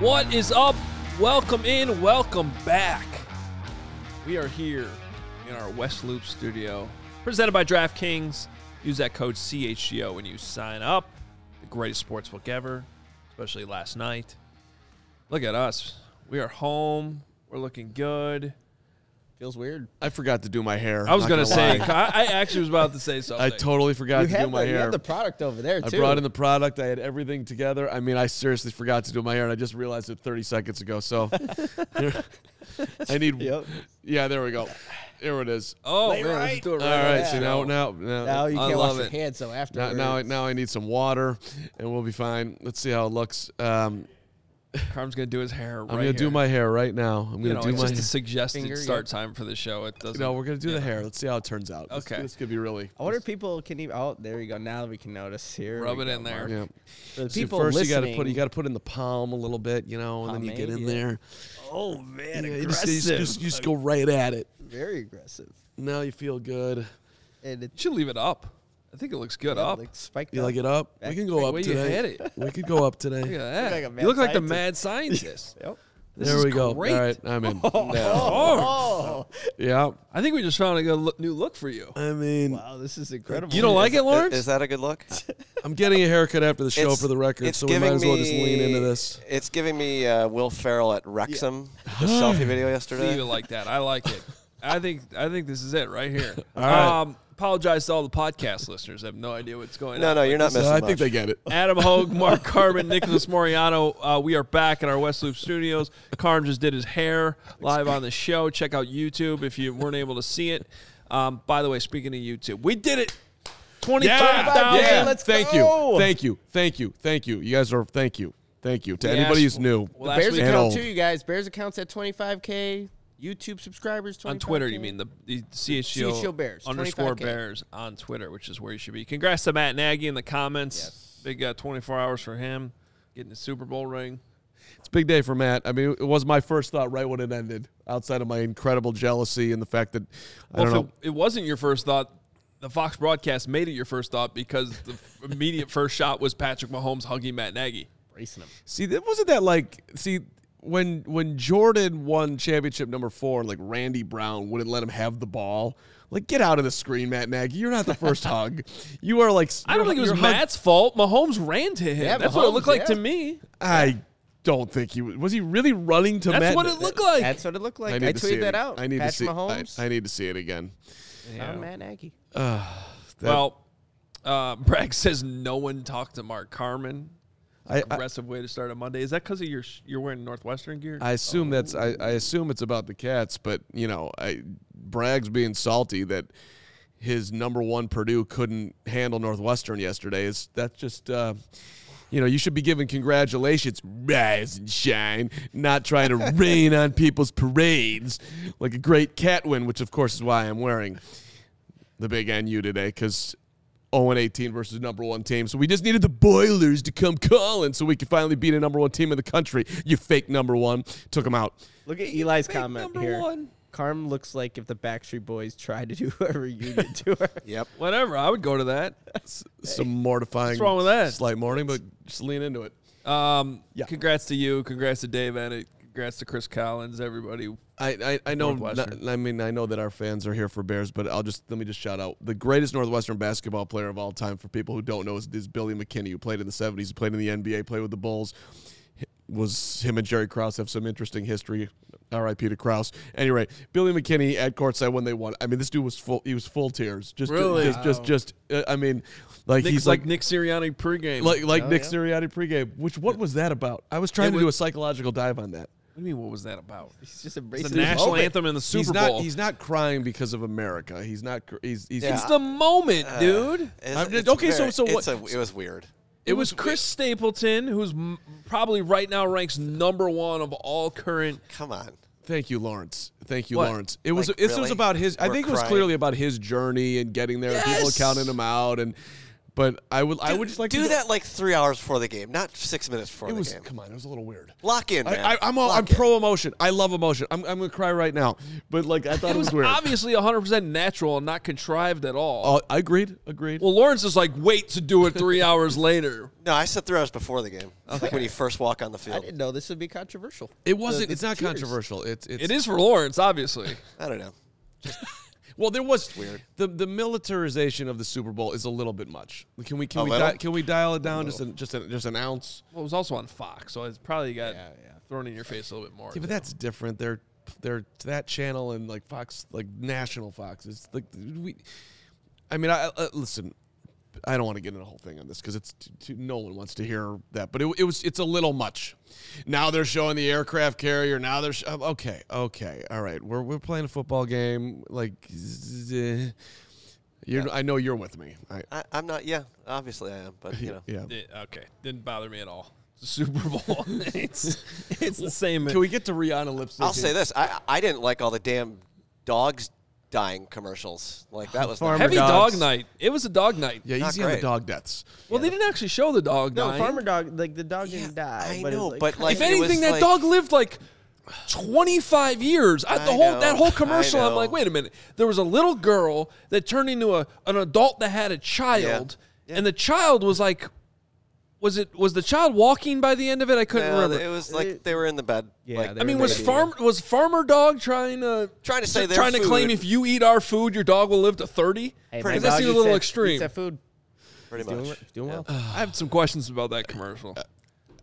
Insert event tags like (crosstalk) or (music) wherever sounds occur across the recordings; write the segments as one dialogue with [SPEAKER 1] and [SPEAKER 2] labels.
[SPEAKER 1] What is up? Welcome in, welcome back. We are here in our West Loop studio, presented by DraftKings. Use that code CHGO when you sign up. The greatest sportsbook ever, especially last night. Look at us. We are home. We're looking good.
[SPEAKER 2] Feels weird.
[SPEAKER 3] I forgot to do my hair.
[SPEAKER 1] I was
[SPEAKER 3] Not
[SPEAKER 1] gonna, say,
[SPEAKER 3] lie.
[SPEAKER 1] I, I actually was about to say something.
[SPEAKER 3] (laughs) I totally forgot
[SPEAKER 2] You
[SPEAKER 3] to do
[SPEAKER 2] had,
[SPEAKER 3] my
[SPEAKER 2] the, you
[SPEAKER 3] hair.
[SPEAKER 2] had the product over there
[SPEAKER 3] I
[SPEAKER 2] too.
[SPEAKER 3] brought in the product. I had everything together. I mean, I seriously forgot to do my hair, and I just realized it 30 seconds ago. So (laughs) I
[SPEAKER 2] (laughs)
[SPEAKER 3] need.
[SPEAKER 2] Yep.
[SPEAKER 3] Yeah, there we go. There it is.
[SPEAKER 1] oh,
[SPEAKER 2] Lay
[SPEAKER 1] man, let's
[SPEAKER 2] right.
[SPEAKER 1] do it
[SPEAKER 3] All
[SPEAKER 1] right.
[SPEAKER 3] right.
[SPEAKER 2] yeah.
[SPEAKER 3] So now, now, now,
[SPEAKER 2] Now you
[SPEAKER 1] I
[SPEAKER 2] can't
[SPEAKER 1] love
[SPEAKER 2] wash your
[SPEAKER 1] it.
[SPEAKER 2] hands, so after
[SPEAKER 3] now, now, now I need some water, and we'll be fine. Let's see how it looks. Um,
[SPEAKER 1] Carm's gonna do his hair.
[SPEAKER 3] I'm gonna do my hair right now. I'm gonna
[SPEAKER 1] You know,
[SPEAKER 3] do
[SPEAKER 1] it's
[SPEAKER 3] my.
[SPEAKER 1] just a suggested
[SPEAKER 2] Finger,
[SPEAKER 1] start time for the show. It doesn't.
[SPEAKER 3] no, we're gonna do the hair. Let's see how it turns out. This-
[SPEAKER 1] Okay.
[SPEAKER 3] This could be really.
[SPEAKER 2] I wonder if people can even. Oh, there you go. Now we can notice here.
[SPEAKER 1] Rub
[SPEAKER 2] we
[SPEAKER 1] it
[SPEAKER 2] go,
[SPEAKER 1] in there.
[SPEAKER 2] Mark.
[SPEAKER 3] Yeah.
[SPEAKER 2] For the
[SPEAKER 3] See,
[SPEAKER 2] people
[SPEAKER 3] first you
[SPEAKER 2] listening,
[SPEAKER 3] gotta put you gotta put in the palm a little bit, you know, and then you get
[SPEAKER 2] Pomade,
[SPEAKER 3] in
[SPEAKER 2] yeah.
[SPEAKER 3] there.
[SPEAKER 1] Oh man,
[SPEAKER 3] Yeah, you just, you just- you just- you just go right at it.
[SPEAKER 2] very aggressive.
[SPEAKER 3] Now you feel good.
[SPEAKER 2] And it
[SPEAKER 1] You should leave it up. I think it looks good up.
[SPEAKER 2] like spiked
[SPEAKER 3] You
[SPEAKER 2] up.
[SPEAKER 3] like it up? We can go
[SPEAKER 1] Wait,
[SPEAKER 3] up
[SPEAKER 1] where you
[SPEAKER 3] today.
[SPEAKER 1] had it?
[SPEAKER 3] We could go up
[SPEAKER 1] Look
[SPEAKER 3] today.
[SPEAKER 1] at that.
[SPEAKER 2] like a mad
[SPEAKER 1] you look like the
[SPEAKER 2] scientist.
[SPEAKER 1] mad
[SPEAKER 2] (laughs)
[SPEAKER 1] scientist.
[SPEAKER 2] Yep.
[SPEAKER 1] This
[SPEAKER 3] there
[SPEAKER 1] is
[SPEAKER 3] we go.
[SPEAKER 1] Great.
[SPEAKER 3] All right, I'm in. Yeah.
[SPEAKER 1] Oh,
[SPEAKER 2] Oh,
[SPEAKER 3] yeah,
[SPEAKER 1] I think we just found a good look, new look for you.
[SPEAKER 3] I mean,
[SPEAKER 2] wow, this is incredible.
[SPEAKER 1] You don't like it, Lawrence?
[SPEAKER 4] Is that a
[SPEAKER 3] (laughs)
[SPEAKER 4] good look?
[SPEAKER 3] I'm getting a haircut after the show
[SPEAKER 4] It's-
[SPEAKER 3] for the record,
[SPEAKER 4] it's
[SPEAKER 3] so we might
[SPEAKER 4] giving
[SPEAKER 3] as well just lean
[SPEAKER 4] me-
[SPEAKER 3] into this.
[SPEAKER 4] It's giving me uh, Will Ferrell at Wrexham, the selfie video yesterday.
[SPEAKER 1] Leave it like that. I like it. I think I think this is it right here.
[SPEAKER 3] All right.
[SPEAKER 1] Um, apologize to all the podcast listeners. I have no idea what's going
[SPEAKER 4] no,
[SPEAKER 1] on.
[SPEAKER 4] no, you're not
[SPEAKER 3] So
[SPEAKER 4] missing
[SPEAKER 3] I
[SPEAKER 4] much.
[SPEAKER 3] think they get it.
[SPEAKER 1] Adam Hogue, Mark Carmen, Nicholas Moriano. Uh, we are back at our West Loop studios. Carm just did his hair live on the show. Check out YouTube if you weren't able to see it. Um, by the way, speaking of YouTube, we did it. Twenty-five
[SPEAKER 3] yeah.
[SPEAKER 1] thousand.
[SPEAKER 2] Yeah, let's
[SPEAKER 3] thank
[SPEAKER 2] go.
[SPEAKER 3] you, thank you, thank you, thank you. You guys are thank you, thank you to
[SPEAKER 1] Yes.
[SPEAKER 3] anybody who's new.
[SPEAKER 1] Well, last
[SPEAKER 2] Bears
[SPEAKER 1] week-
[SPEAKER 3] And
[SPEAKER 2] account
[SPEAKER 3] old.
[SPEAKER 2] too, you guys. Bears accounts at 25k. YouTube subscribers 25K.
[SPEAKER 1] on Twitter, you mean the, the CHGO,
[SPEAKER 2] CHGO Bears,
[SPEAKER 1] underscore
[SPEAKER 2] 25K.
[SPEAKER 1] Bears on Twitter, which is where you should be. Congrats to Matt Nagy in the comments.
[SPEAKER 2] Yes.
[SPEAKER 1] Big uh, 24 hours for him getting the Super Bowl ring.
[SPEAKER 3] It's a big day for Matt. I mean, it was my first thought right when it ended. Outside of my incredible jealousy and the fact that I
[SPEAKER 1] Well,
[SPEAKER 3] don't
[SPEAKER 1] if
[SPEAKER 3] know.
[SPEAKER 1] it, it wasn't your first thought, the Fox broadcast made it your first thought because the f- immediate first shot was Patrick Mahomes hugging Matt Nagy.
[SPEAKER 2] Bracing 'em.
[SPEAKER 3] See, that wasn't that like see when when Jordan won championship number four, like Randy Brown wouldn't let him have the ball. Like, get out of the screen, Matt Nagy. You're not
[SPEAKER 1] (laughs)
[SPEAKER 3] the first hug. You are like
[SPEAKER 1] I don't think it was Matt's fault. Mahomes ran to him.
[SPEAKER 2] Yeah,
[SPEAKER 1] That's what it
[SPEAKER 2] Mahomes,
[SPEAKER 1] looked like to
[SPEAKER 2] yeah.
[SPEAKER 1] me.
[SPEAKER 3] I don't think he was. Was he really running to
[SPEAKER 1] That's
[SPEAKER 3] Matt?
[SPEAKER 1] what it looked like.
[SPEAKER 2] That's what it looked like.
[SPEAKER 3] need
[SPEAKER 2] I,
[SPEAKER 3] to see
[SPEAKER 2] tweeted
[SPEAKER 3] it
[SPEAKER 2] that
[SPEAKER 3] ag-
[SPEAKER 2] out.
[SPEAKER 3] I need
[SPEAKER 2] Patrick
[SPEAKER 3] to see.
[SPEAKER 2] Mahomes.
[SPEAKER 3] I, I need to see it again.
[SPEAKER 2] found Matt Nagy.
[SPEAKER 3] That-
[SPEAKER 1] well, uh, (laughs) Bragg says no one talked to Mark Carmen.
[SPEAKER 3] I, I,
[SPEAKER 1] Aggressive way to start a Monday. Is that because of your sh- you're wearing Northwestern gear?
[SPEAKER 3] I assume that's I, I assume it's about the cats, but you know, I Bragg's being salty that his number one Purdue couldn't handle Northwestern yesterday. Is that's just uh, you know, you should be giving congratulations, rise and shine, not trying to rain on people's parades like a great cat win, which of course is why I'm wearing the big NU today because 0 and 18 versus number one team. So we just needed the Boilers to come calling so we could finally beat a number one team in the country. You fake number one. Took them out.
[SPEAKER 2] Look at Eli's
[SPEAKER 1] Fake
[SPEAKER 2] comment
[SPEAKER 1] number
[SPEAKER 2] here.
[SPEAKER 1] one.
[SPEAKER 2] Carm looks like if the Backstreet Boys tried to do (laughs) a reunion tour.
[SPEAKER 4] Yep.
[SPEAKER 1] Whatever. I would go to that.
[SPEAKER 3] S- Some mortifying
[SPEAKER 1] What's wrong with that?
[SPEAKER 3] slight morning, but just lean into it.
[SPEAKER 1] Um,
[SPEAKER 3] (laughs) Yeah.
[SPEAKER 1] Congrats to you. Congrats to Dave Bennett. Congrats to Chris Collins. Everybody.
[SPEAKER 3] I, I, I know
[SPEAKER 1] Northwestern.
[SPEAKER 3] not- I mean I know that our fans are here for Bears, but I'll just let me just shout out the greatest Northwestern basketball player of all time for people who don't know is, is Billy McKinney, who played in the seventies, played in the NBA, played with the Bulls. H- Was him and Jerry Krause have some interesting history? R.I.P. to Krause. Anyway, Billy McKinney at courtside when they won. I mean, this dude was full. He was full tears. Just,
[SPEAKER 1] Really?
[SPEAKER 3] just, just, just, uh, I mean, like
[SPEAKER 1] Nick's
[SPEAKER 3] he's
[SPEAKER 1] like,
[SPEAKER 3] like
[SPEAKER 1] Nick Sirianni pregame.
[SPEAKER 3] like like
[SPEAKER 2] Oh,
[SPEAKER 3] Nick
[SPEAKER 2] yeah.
[SPEAKER 3] Sirianni pregame. Which what was that about? I was trying to
[SPEAKER 1] was-
[SPEAKER 3] do a psychological dive on that.
[SPEAKER 1] what do you mean? What was that about?
[SPEAKER 2] He's just
[SPEAKER 1] It's
[SPEAKER 2] embracing
[SPEAKER 1] the
[SPEAKER 2] his
[SPEAKER 1] national
[SPEAKER 2] moment.
[SPEAKER 1] anthem in the Super
[SPEAKER 3] he's
[SPEAKER 1] Bowl.
[SPEAKER 3] Not, he's not crying because of America. He's not. cr- He's. he's
[SPEAKER 4] Yeah.
[SPEAKER 1] it's the moment,
[SPEAKER 3] Uh,
[SPEAKER 1] dude.
[SPEAKER 4] Uh, It's-
[SPEAKER 3] I'm just-
[SPEAKER 4] it's
[SPEAKER 3] okay, so- so
[SPEAKER 4] it's
[SPEAKER 3] what-
[SPEAKER 4] a- it was weird.
[SPEAKER 1] It was Chris Stapleton, who's m- probably right now ranks number one of all current.
[SPEAKER 4] Come on.
[SPEAKER 3] Thank you, Lawrence. Thank you,
[SPEAKER 1] What?
[SPEAKER 3] Lawrence. It was.
[SPEAKER 4] Like,
[SPEAKER 3] this was
[SPEAKER 4] really?
[SPEAKER 3] about his. I
[SPEAKER 4] We're
[SPEAKER 3] think it was
[SPEAKER 4] crying.
[SPEAKER 3] clearly about his journey and getting there. and People
[SPEAKER 1] Yes!
[SPEAKER 3] counting him out and. But I would, I would just like
[SPEAKER 4] do
[SPEAKER 3] to
[SPEAKER 4] that like three hours before the game, not six minutes before
[SPEAKER 3] It
[SPEAKER 4] the
[SPEAKER 3] was
[SPEAKER 4] game.
[SPEAKER 3] come on, it was a little weird.
[SPEAKER 4] Lock in, man.
[SPEAKER 3] I, I, I'm all,
[SPEAKER 4] Lock
[SPEAKER 3] I'm
[SPEAKER 4] in.
[SPEAKER 3] pro emotion. I love emotion. I'm, I'm gonna cry right now. But like
[SPEAKER 4] (laughs)
[SPEAKER 3] I thought it was, weird.
[SPEAKER 1] obviously 100% natural and not contrived at all.
[SPEAKER 3] Uh, I agreed. Agreed.
[SPEAKER 1] well, Lawrence is like, wait to do it
[SPEAKER 3] (laughs)
[SPEAKER 1] three hours later.
[SPEAKER 4] No, I said three hours before the game, like when you first walk on the
[SPEAKER 2] I
[SPEAKER 4] field.
[SPEAKER 2] didn't know this would be controversial.
[SPEAKER 3] it wasn't.
[SPEAKER 2] the
[SPEAKER 3] it's not
[SPEAKER 2] cheers.
[SPEAKER 3] controversial. It's it's
[SPEAKER 1] It is for Lawrence,
[SPEAKER 3] (laughs)
[SPEAKER 1] obviously.
[SPEAKER 4] I, don't know.
[SPEAKER 3] Well, there was weird. The the militarization of the Super Bowl is a little bit much. Can we can
[SPEAKER 4] A
[SPEAKER 3] we
[SPEAKER 4] little?
[SPEAKER 3] di- can we dial it down just an, just an, just an ounce?
[SPEAKER 1] Well, it was also on Fox, so it's probably got
[SPEAKER 3] Yeah, yeah.
[SPEAKER 1] thrown in your face a little bit more.
[SPEAKER 3] Yeah, but that's different. They're they're that channel and like Fox, like national Fox. It's like we. I mean, I uh, listen. I don't want to get into the whole thing on this because it's t- t- no one wants to hear that. But it, it was it's a little much. Now they're showing the aircraft carrier. Now they're sh- um, okay, okay, all right. We're we're playing a football game. Like, z- z- you're, I know you're with me. I,
[SPEAKER 4] I, I'm not. Yeah, obviously I am, but you know.
[SPEAKER 3] (laughs) yeah.
[SPEAKER 1] It- okay, didn't bother me at all. It's a Super
[SPEAKER 3] (laughs)
[SPEAKER 1] Bowl. it's, it's the same.
[SPEAKER 3] Can we get to Rihanna lipstick?
[SPEAKER 4] I'll say this: I I didn't like all the damn dogs dying commercials. Like that was not- (laughs)
[SPEAKER 2] Farmer-
[SPEAKER 1] Heavy
[SPEAKER 2] dogs.
[SPEAKER 1] dog night. It was a dog night.
[SPEAKER 3] Yeah,
[SPEAKER 4] Not
[SPEAKER 3] easy on the
[SPEAKER 4] great.
[SPEAKER 3] dog deaths.
[SPEAKER 1] Well, they didn't actually show the dog
[SPEAKER 2] No,
[SPEAKER 1] dying.
[SPEAKER 2] farmer dog, like the dog
[SPEAKER 4] Yeah,
[SPEAKER 2] didn't die.
[SPEAKER 4] I
[SPEAKER 2] but it
[SPEAKER 4] know,
[SPEAKER 2] was, like,
[SPEAKER 4] but like
[SPEAKER 1] if
[SPEAKER 4] it was
[SPEAKER 1] anything, that
[SPEAKER 4] like-
[SPEAKER 1] dog lived like 25 years. I, the
[SPEAKER 4] I
[SPEAKER 1] whole
[SPEAKER 4] know,
[SPEAKER 1] that whole
[SPEAKER 4] I
[SPEAKER 1] commercial, I'm like,
[SPEAKER 4] know.
[SPEAKER 1] wait a minute. There was a little girl that turned into a an adult that had a child,
[SPEAKER 4] Yeah.
[SPEAKER 1] and the child was like, was it was the child walking by the end of it? I couldn't
[SPEAKER 4] No,
[SPEAKER 1] remember.
[SPEAKER 4] it was like
[SPEAKER 2] It-
[SPEAKER 4] they were in the bed.
[SPEAKER 2] Yeah,
[SPEAKER 4] like,
[SPEAKER 2] they
[SPEAKER 1] I mean,
[SPEAKER 2] were
[SPEAKER 1] was
[SPEAKER 2] maybe-
[SPEAKER 1] farm was farmer dog trying to
[SPEAKER 4] Trying to say their
[SPEAKER 1] trying to claim
[SPEAKER 4] food.
[SPEAKER 1] if you eat our food, your dog will live to 30?
[SPEAKER 2] Hey,
[SPEAKER 1] Because
[SPEAKER 2] my
[SPEAKER 1] that
[SPEAKER 2] dog
[SPEAKER 1] seems a
[SPEAKER 2] eats
[SPEAKER 1] little
[SPEAKER 2] that-
[SPEAKER 1] extreme.
[SPEAKER 2] Eats that food.
[SPEAKER 4] pretty
[SPEAKER 2] Doing,
[SPEAKER 4] much.
[SPEAKER 2] well- doing well.
[SPEAKER 1] I have some questions about that commercial. I,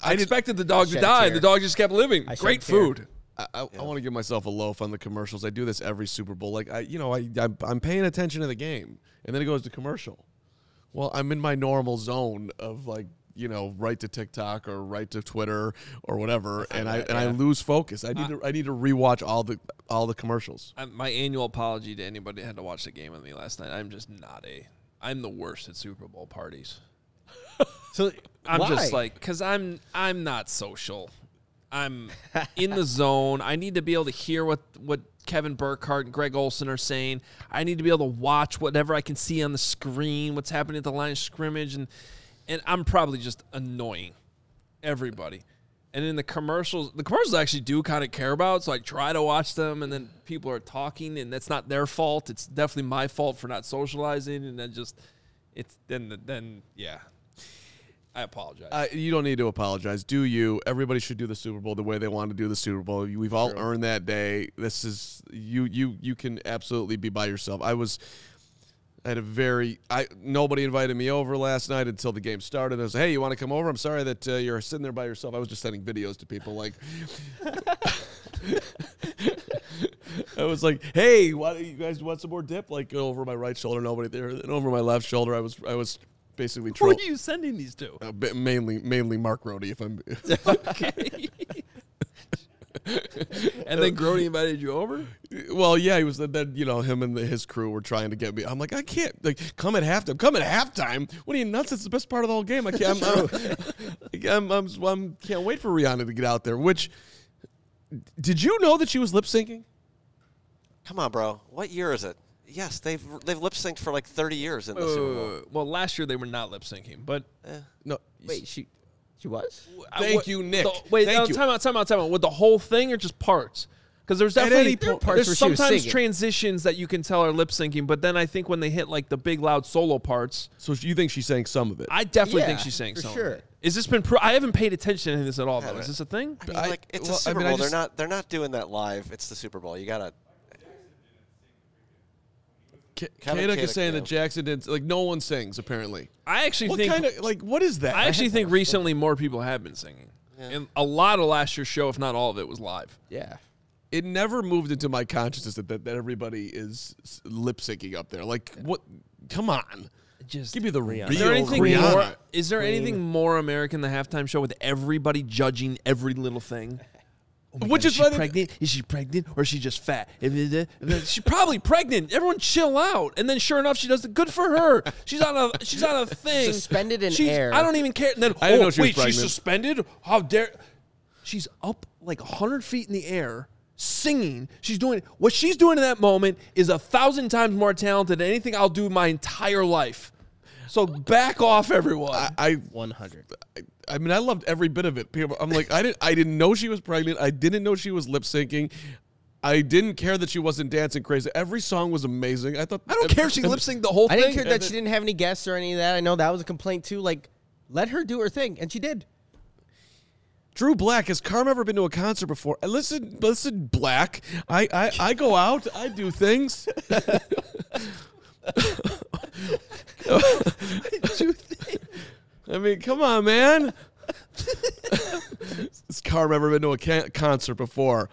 [SPEAKER 3] I did-
[SPEAKER 1] expected the dog to
[SPEAKER 2] Uh, shed a
[SPEAKER 1] die.
[SPEAKER 2] tear.
[SPEAKER 1] The dog just kept living.
[SPEAKER 2] I shed
[SPEAKER 1] Great
[SPEAKER 2] a tear.
[SPEAKER 1] food.
[SPEAKER 3] I, I, I want to give myself a loaf on the commercials. I do this every Super Bowl. Like I, you know, I I'm, I'm paying attention to the game, and then it goes to commercial. Well, I'm in my normal zone of like you know, right to TikTok or right to Twitter or whatever, and I and I lose focus. I need to I need to rewatch all the all the commercials.
[SPEAKER 1] I, my annual apology to anybody that had to watch the game with me last night. I'm just not a. I'm the worst at Super Bowl parties.
[SPEAKER 2] So
[SPEAKER 1] I'm just
[SPEAKER 2] why?
[SPEAKER 1] like because I'm I'm not social. I'm in the zone. I need to be able to hear what what Kevin Burkhardt and Greg Olson are saying. I need to be able to watch whatever I can see on the screen, what's happening at the line of scrimmage, and and I'm probably just annoying everybody. And in the commercials, the commercials I actually do kind of care about, so I try to watch them, and then people are talking, and that's not their fault. It's definitely my fault for not socializing, and then just it's then then yeah, I apologize.
[SPEAKER 3] Uh, you don't need to apologize, do you? Everybody should do the Super Bowl the way they want to do the Super Bowl. You- We've all earned that day. This is you. You you can absolutely be by yourself. I was at a very. I nobody invited me over last night until the game started. I was, hey, you want to come over? I'm sorry that uh, you're sitting there by yourself. I was just sending videos to people like. (laughs) I was like, "Hey, why do you guys want some more dip?" Like over my right shoulder, nobody there, and over my left shoulder, I was, I was basically
[SPEAKER 1] Who
[SPEAKER 3] troll-
[SPEAKER 1] are you sending these
[SPEAKER 3] (laughs)
[SPEAKER 1] to? (laughs)
[SPEAKER 3] uh, ba- mainly, mainly Mark Rohde. If I'm,
[SPEAKER 1] And then Grody invited you over.
[SPEAKER 3] well, yeah, he was. Then you know, him and the, his crew were trying to get me. I'm like, I can't. Like, come at halftime. Come at halftime. What are you nuts? It's the best part of the whole game. I can't. I'm, I'm, I'm, I'm, I'm- can't wait for Rihanna to get out there. Which, did you know that she was lip syncing?
[SPEAKER 4] Come on, bro. What year is it? Yes, they've they've lip synced for like 30 years in the Super Bowl.
[SPEAKER 1] Uh, well, last year they were not lip syncing, but
[SPEAKER 3] No.
[SPEAKER 2] Wait, she, she was.
[SPEAKER 1] I-
[SPEAKER 3] Thank
[SPEAKER 1] what-
[SPEAKER 3] you, Nick.
[SPEAKER 1] the- wait,
[SPEAKER 3] Thank
[SPEAKER 1] no,
[SPEAKER 3] you.
[SPEAKER 1] time out, time out, time out. With the whole thing or just parts? Because there's
[SPEAKER 3] At
[SPEAKER 1] definitely
[SPEAKER 3] any point-
[SPEAKER 2] parts
[SPEAKER 1] there's
[SPEAKER 2] where she was
[SPEAKER 1] sometimes
[SPEAKER 2] singing.
[SPEAKER 1] transitions that you can tell are lip syncing, but then I think when they hit like the big loud solo parts,
[SPEAKER 3] So you think she sang some of it?
[SPEAKER 1] I definitely think
[SPEAKER 2] Yeah,
[SPEAKER 1] she's saying
[SPEAKER 2] for
[SPEAKER 1] something.
[SPEAKER 2] sure.
[SPEAKER 1] Is this been? Pro- I haven't paid attention to this at all. Though.
[SPEAKER 4] but-
[SPEAKER 1] Is this a thing?
[SPEAKER 4] I mean,
[SPEAKER 3] I-
[SPEAKER 4] like it's
[SPEAKER 3] well, I
[SPEAKER 4] a Super
[SPEAKER 3] mean, I
[SPEAKER 4] Bowl.
[SPEAKER 3] just-
[SPEAKER 4] they're not they're not doing that live. It's the Super Bowl. You gotta.
[SPEAKER 3] K-
[SPEAKER 4] Kevin
[SPEAKER 3] Kadick is
[SPEAKER 4] Kadick,
[SPEAKER 3] saying
[SPEAKER 4] yeah.
[SPEAKER 3] that Jackson didn't. Like, no one sings apparently.
[SPEAKER 1] I actually
[SPEAKER 3] What
[SPEAKER 1] think
[SPEAKER 3] kind of like? What is that?
[SPEAKER 1] I actually think recently more people have been singing, and a lot of last year's show, if not all of it, was live.
[SPEAKER 2] Yeah.
[SPEAKER 3] it never moved into my consciousness that, that, that everybody is lip syncing up there. Like, what? Come on.
[SPEAKER 1] Just
[SPEAKER 3] Give me the real
[SPEAKER 1] Is there anything
[SPEAKER 3] Rihanna.
[SPEAKER 1] more? Is there anything more American than halftime show with everybody judging every little thing? Oh my
[SPEAKER 3] Which
[SPEAKER 1] God,
[SPEAKER 3] is
[SPEAKER 1] she
[SPEAKER 3] why they-
[SPEAKER 1] pregnant? Is she pregnant or is she just fat? she's probably (laughs) pregnant. Everyone chill out. And then sure enough, she does it. Good for her. She's on a she's on a thing
[SPEAKER 2] Suspended in
[SPEAKER 1] She's-
[SPEAKER 2] air.
[SPEAKER 1] I don't even care. And then
[SPEAKER 3] I didn't
[SPEAKER 1] oh
[SPEAKER 3] know she was
[SPEAKER 1] wait, she's
[SPEAKER 3] pregnant.
[SPEAKER 1] suspended. How dare? She's up like hundred feet in the air. Singing, she's doing what she's doing in that moment is a thousand times more talented than anything I'll do my entire life. So back off, everyone.
[SPEAKER 3] I, I
[SPEAKER 2] 100.
[SPEAKER 3] I mean, I loved every bit of it. People, I'm like, I didn't, I didn't know she was pregnant. I didn't know she was lip syncing. I didn't care that she wasn't dancing crazy. Every song was amazing. I thought.
[SPEAKER 1] I don't care if (laughs) she lip synced the whole
[SPEAKER 2] I
[SPEAKER 1] thing.
[SPEAKER 2] didn't care that she didn't have any guests or any of that. I know that was a complaint too. Like, let her do her thing, and she did.
[SPEAKER 3] Drew Black has Carm ever been to a concert before? And Listen, listen, Black. I, I, I go out. I do things. (laughs) I mean, come on, man. Has Carm ever been to a ca- concert before?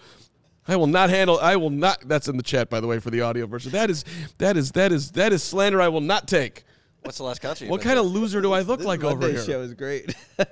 [SPEAKER 3] I will not handle. I will not. That's in the chat, by the way, for the audio version. That is, that is, that is, that is slander. I will not take.
[SPEAKER 4] What's the last country?
[SPEAKER 3] What kind of loser do I look like over here?
[SPEAKER 2] show is great. (laughs)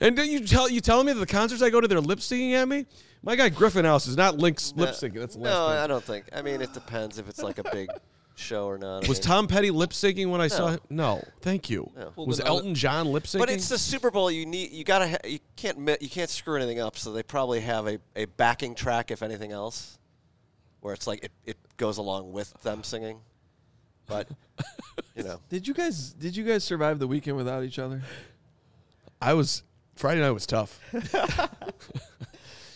[SPEAKER 3] And then you tell you telling me that the concerts I go to, they're lip syncing at me. My guy Griffin House is not lip lip syncing. That's the
[SPEAKER 4] no,
[SPEAKER 3] last thing.
[SPEAKER 4] I don't think. I mean, it depends if it's like a
[SPEAKER 3] (laughs)
[SPEAKER 4] big show or not. I
[SPEAKER 3] Was
[SPEAKER 4] mean-
[SPEAKER 3] Tom Petty lip syncing when I saw him? No, thank you. Was
[SPEAKER 1] Well, then I
[SPEAKER 3] Elton John lip syncing?
[SPEAKER 4] But it's the Super Bowl. You need. You gotta. Ha- you can't. mi- You can't screw anything up. So they probably have a, a backing track, if anything else, where it's like it, it goes along with them singing.
[SPEAKER 3] (laughs)
[SPEAKER 4] But you know,
[SPEAKER 1] Did you guys? Did you guys survive the weekend without each other?
[SPEAKER 3] I was Friday night was
[SPEAKER 4] (laughs)
[SPEAKER 3] tough.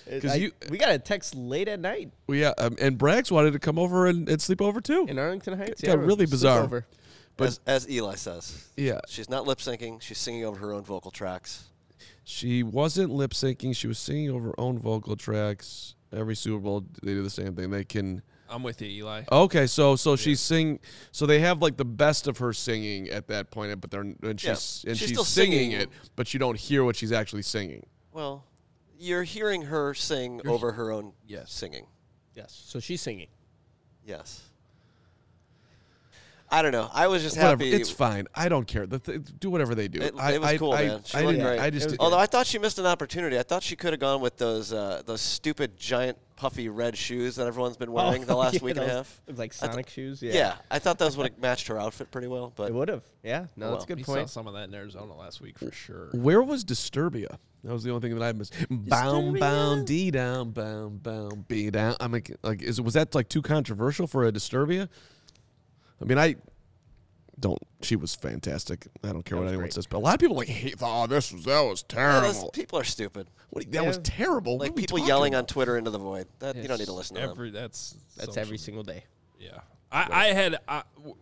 [SPEAKER 3] Because
[SPEAKER 2] I-
[SPEAKER 3] you,
[SPEAKER 2] we got a text late at night
[SPEAKER 3] we, uh, um, and Braggs wanted to come over and, and sleep over too.
[SPEAKER 2] in Arlington Heights.
[SPEAKER 3] got
[SPEAKER 2] it
[SPEAKER 3] really
[SPEAKER 2] was
[SPEAKER 3] bizarre.
[SPEAKER 2] sleepover.
[SPEAKER 3] But-
[SPEAKER 4] as, as Eli says,
[SPEAKER 3] Yeah.
[SPEAKER 4] she's not lip syncing. She's singing over her own vocal tracks.
[SPEAKER 3] She wasn't lip syncing. She was singing over her own vocal tracks. Every Super Bowl, they do the same thing. They can.
[SPEAKER 1] I'm with you, Eli.
[SPEAKER 3] Okay, so so she sing, so they have like the best of her singing at that point, but they're and she's and she's,
[SPEAKER 4] She's still
[SPEAKER 3] singing,
[SPEAKER 4] singing.
[SPEAKER 3] it, but you don't hear what she's actually singing.
[SPEAKER 4] Well, you're hearing her sing over her own
[SPEAKER 1] Yes.
[SPEAKER 4] singing.
[SPEAKER 2] Yes. So she's singing.
[SPEAKER 4] Yes. I don't know. I was just
[SPEAKER 3] Whatever,
[SPEAKER 4] happy.
[SPEAKER 3] it's fine. I don't care. The th- do whatever they do.
[SPEAKER 4] It,
[SPEAKER 3] I,
[SPEAKER 4] it was
[SPEAKER 3] I-
[SPEAKER 4] cool,
[SPEAKER 3] I-
[SPEAKER 4] man. She
[SPEAKER 3] I
[SPEAKER 4] looked
[SPEAKER 3] didn't-
[SPEAKER 4] great.
[SPEAKER 3] I just
[SPEAKER 2] It was-
[SPEAKER 4] Although I thought she missed an opportunity. I thought she could have gone with those uh, those stupid giant puffy red shoes that everyone's been wearing
[SPEAKER 2] (laughs)
[SPEAKER 4] the last
[SPEAKER 2] yeah,
[SPEAKER 4] week and a
[SPEAKER 2] those-
[SPEAKER 4] half.
[SPEAKER 2] Like Sonic shoes. (laughs) Yeah.
[SPEAKER 4] Yeah. I thought those would have matched her outfit pretty well. But
[SPEAKER 2] It would have. Yeah. No, that's a
[SPEAKER 1] We
[SPEAKER 2] good
[SPEAKER 1] saw
[SPEAKER 2] point.
[SPEAKER 1] some of that in Arizona last week for sure.
[SPEAKER 3] where was Disturbia? That was the only thing that I missed. Bound, bound, d down, bound, bound, b down. I'm like, like, is was that like too controversial for a Disturbia? I mean, I don't. She was fantastic. I don't care what
[SPEAKER 2] was
[SPEAKER 3] anyone
[SPEAKER 2] great.
[SPEAKER 3] says, but a lot of people like, hate, oh, this was that was
[SPEAKER 4] Yeah, those
[SPEAKER 3] terrible.
[SPEAKER 4] people are stupid.
[SPEAKER 3] What do you- that was
[SPEAKER 2] Yeah.
[SPEAKER 3] terrible.
[SPEAKER 4] Like people yelling on Twitter into the void. That you don't need to listen to them.
[SPEAKER 1] every. That's
[SPEAKER 2] That's
[SPEAKER 1] social-
[SPEAKER 2] every single day.
[SPEAKER 1] Yeah, I, I had. I, w-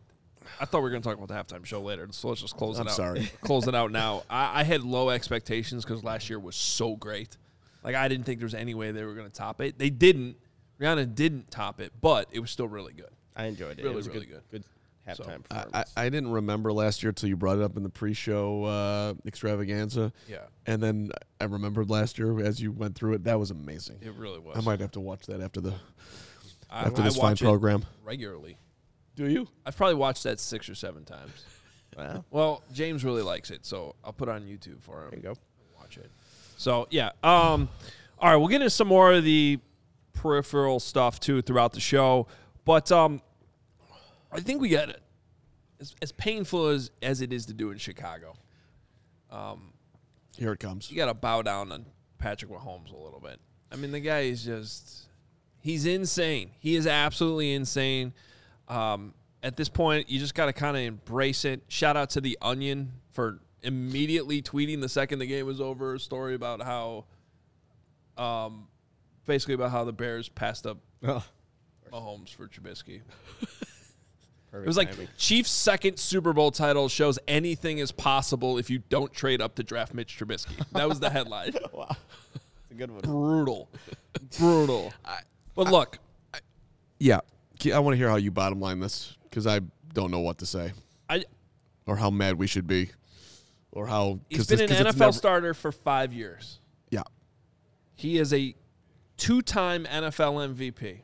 [SPEAKER 1] I thought we were going to talk about the halftime show later, so let's just close
[SPEAKER 3] I'm
[SPEAKER 1] it out.
[SPEAKER 3] sorry.
[SPEAKER 1] (laughs) close it out now. I, I had low expectations because last year was so great. Like I didn't think there was any way they were going to top it. They didn't. Rihanna didn't top it, but it was still really good.
[SPEAKER 2] I enjoyed it.
[SPEAKER 1] Really,
[SPEAKER 2] it was a
[SPEAKER 1] really
[SPEAKER 2] good. Good, halftime
[SPEAKER 3] I,
[SPEAKER 2] performance.
[SPEAKER 3] I, I didn't remember last year till you brought it up in the pre-show uh, extravaganza.
[SPEAKER 1] Yeah.
[SPEAKER 3] and then I remembered last year as you went through it. That was amazing.
[SPEAKER 1] It really was.
[SPEAKER 3] I might have to watch that after the
[SPEAKER 1] I,
[SPEAKER 3] after
[SPEAKER 1] I
[SPEAKER 3] this fine
[SPEAKER 1] watch it
[SPEAKER 3] program.
[SPEAKER 1] regularly.
[SPEAKER 3] Do you?
[SPEAKER 1] I've probably watched that six or seven times.
[SPEAKER 2] wow.
[SPEAKER 1] Well, James really likes it, so I'll put it on YouTube for him.
[SPEAKER 2] There you go.
[SPEAKER 1] watch it. So yeah. Um, all right, we'll get into some more of the peripheral stuff too throughout the show, but um, I think we got it. As, as painful as, as it is to do in Chicago,
[SPEAKER 3] Here it comes.
[SPEAKER 1] you got to bow down on Patrick Mahomes a little bit. I mean, the guy is just, he's insane. He is absolutely insane. Um, at this point, you just got to kind of embrace it. Shout out to The Onion for immediately tweeting the second the game was over a story about how, um, basically about how the Bears passed up Mahomes for
[SPEAKER 3] (laughs)
[SPEAKER 1] Trubisky. It was like Chiefs' second Super Bowl title shows anything is possible if you don't trade up to draft Mitch Trubisky. That
[SPEAKER 3] (laughs)
[SPEAKER 1] was the headline.
[SPEAKER 2] It's a good one.
[SPEAKER 1] Brutal.
[SPEAKER 3] (laughs)
[SPEAKER 1] Brutal. But look,
[SPEAKER 3] Yeah, Ke- I want to hear how you bottom line this because I don't know what to say
[SPEAKER 1] I,
[SPEAKER 3] or how mad we should be or how
[SPEAKER 1] he's
[SPEAKER 3] 'cause
[SPEAKER 1] been
[SPEAKER 3] this-
[SPEAKER 1] an
[SPEAKER 3] 'cause
[SPEAKER 1] NFL
[SPEAKER 3] it's never-
[SPEAKER 1] starter for five years.
[SPEAKER 3] Yeah,
[SPEAKER 1] He is a two time NFL MVP,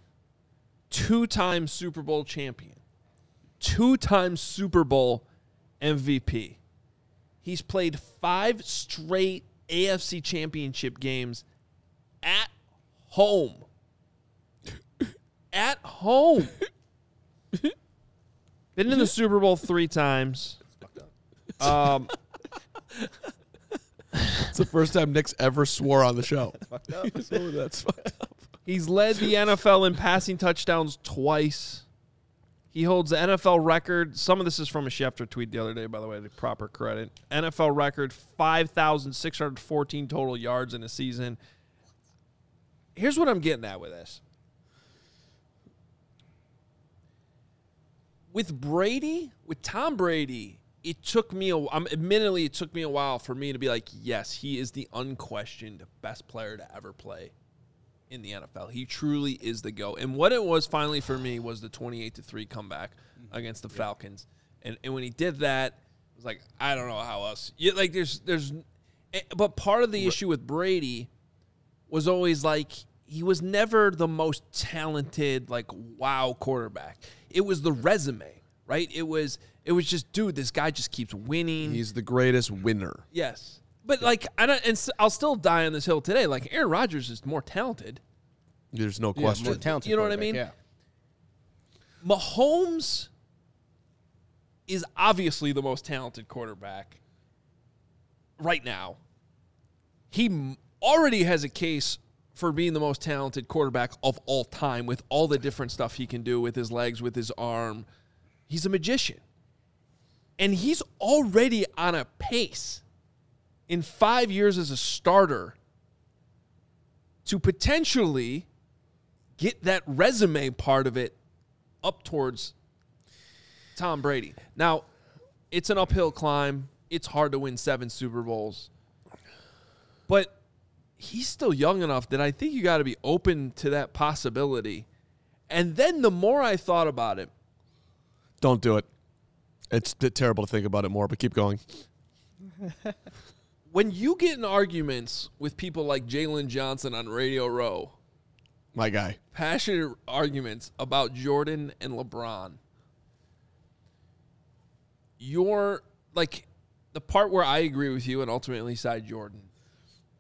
[SPEAKER 1] two time Super Bowl champion, two time Super Bowl MVP. He's played five straight AFC championship games at home. at home. Been in the Super Bowl three times. Um,
[SPEAKER 3] it's the first time Nick's ever swore on
[SPEAKER 1] (laughs)
[SPEAKER 3] the show. (laughs) So that's fucked up.
[SPEAKER 1] He's led the NFL in passing touchdowns twice. He holds the NFL record. Some of this is from a Schefter tweet the other day, by the way, to proper credit. NFL record 5,614 total yards in a season. Here's what I'm getting at with this. With Brady, with Tom Brady, it took me a I'm admittedly it took me a while for me to be like, yes, he is the unquestioned best player to ever play in the NFL. He truly is the go. And what it was finally for me was the 28 to 3 comeback against the Falcons. And and when he did that, it was like I don't know how else. You, like there's there's eh, but part of the issue with Brady was always like he was never the most talented like wow quarterback. It was the resume, right? It was it was just dude, this guy just keeps winning.
[SPEAKER 3] He's the greatest winner.
[SPEAKER 1] Yes, but like I don't, and s- I'll still die on this hill today. Like Aaron Rodgers is more talented.
[SPEAKER 3] There's no
[SPEAKER 2] He's
[SPEAKER 3] question.
[SPEAKER 2] more talented
[SPEAKER 1] You know what I
[SPEAKER 2] quarterback,
[SPEAKER 1] mean?
[SPEAKER 2] Yeah.
[SPEAKER 1] Mahomes is obviously the most talented quarterback right now. He m- already has a case for being the most talented quarterback of all time with all the different stuff he can do with his legs, with his arm. He's a magician. And he's already on a pace in five years as a starter to potentially get that resume part of it up towards Tom Brady. Now, it's an uphill climb. It's hard to win seven Super Bowls. But he's still young enough that I think you got to be open to that possibility. And then the more I thought about it,
[SPEAKER 3] Don't do it. It's t- terrible to think about it more, but keep going.
[SPEAKER 1] when you get in arguments with people like Jalen Johnson on Radio Row,
[SPEAKER 3] My guy.
[SPEAKER 1] passionate arguments about Jordan and LeBron. Your like the part where I agree with you and ultimately side Jordan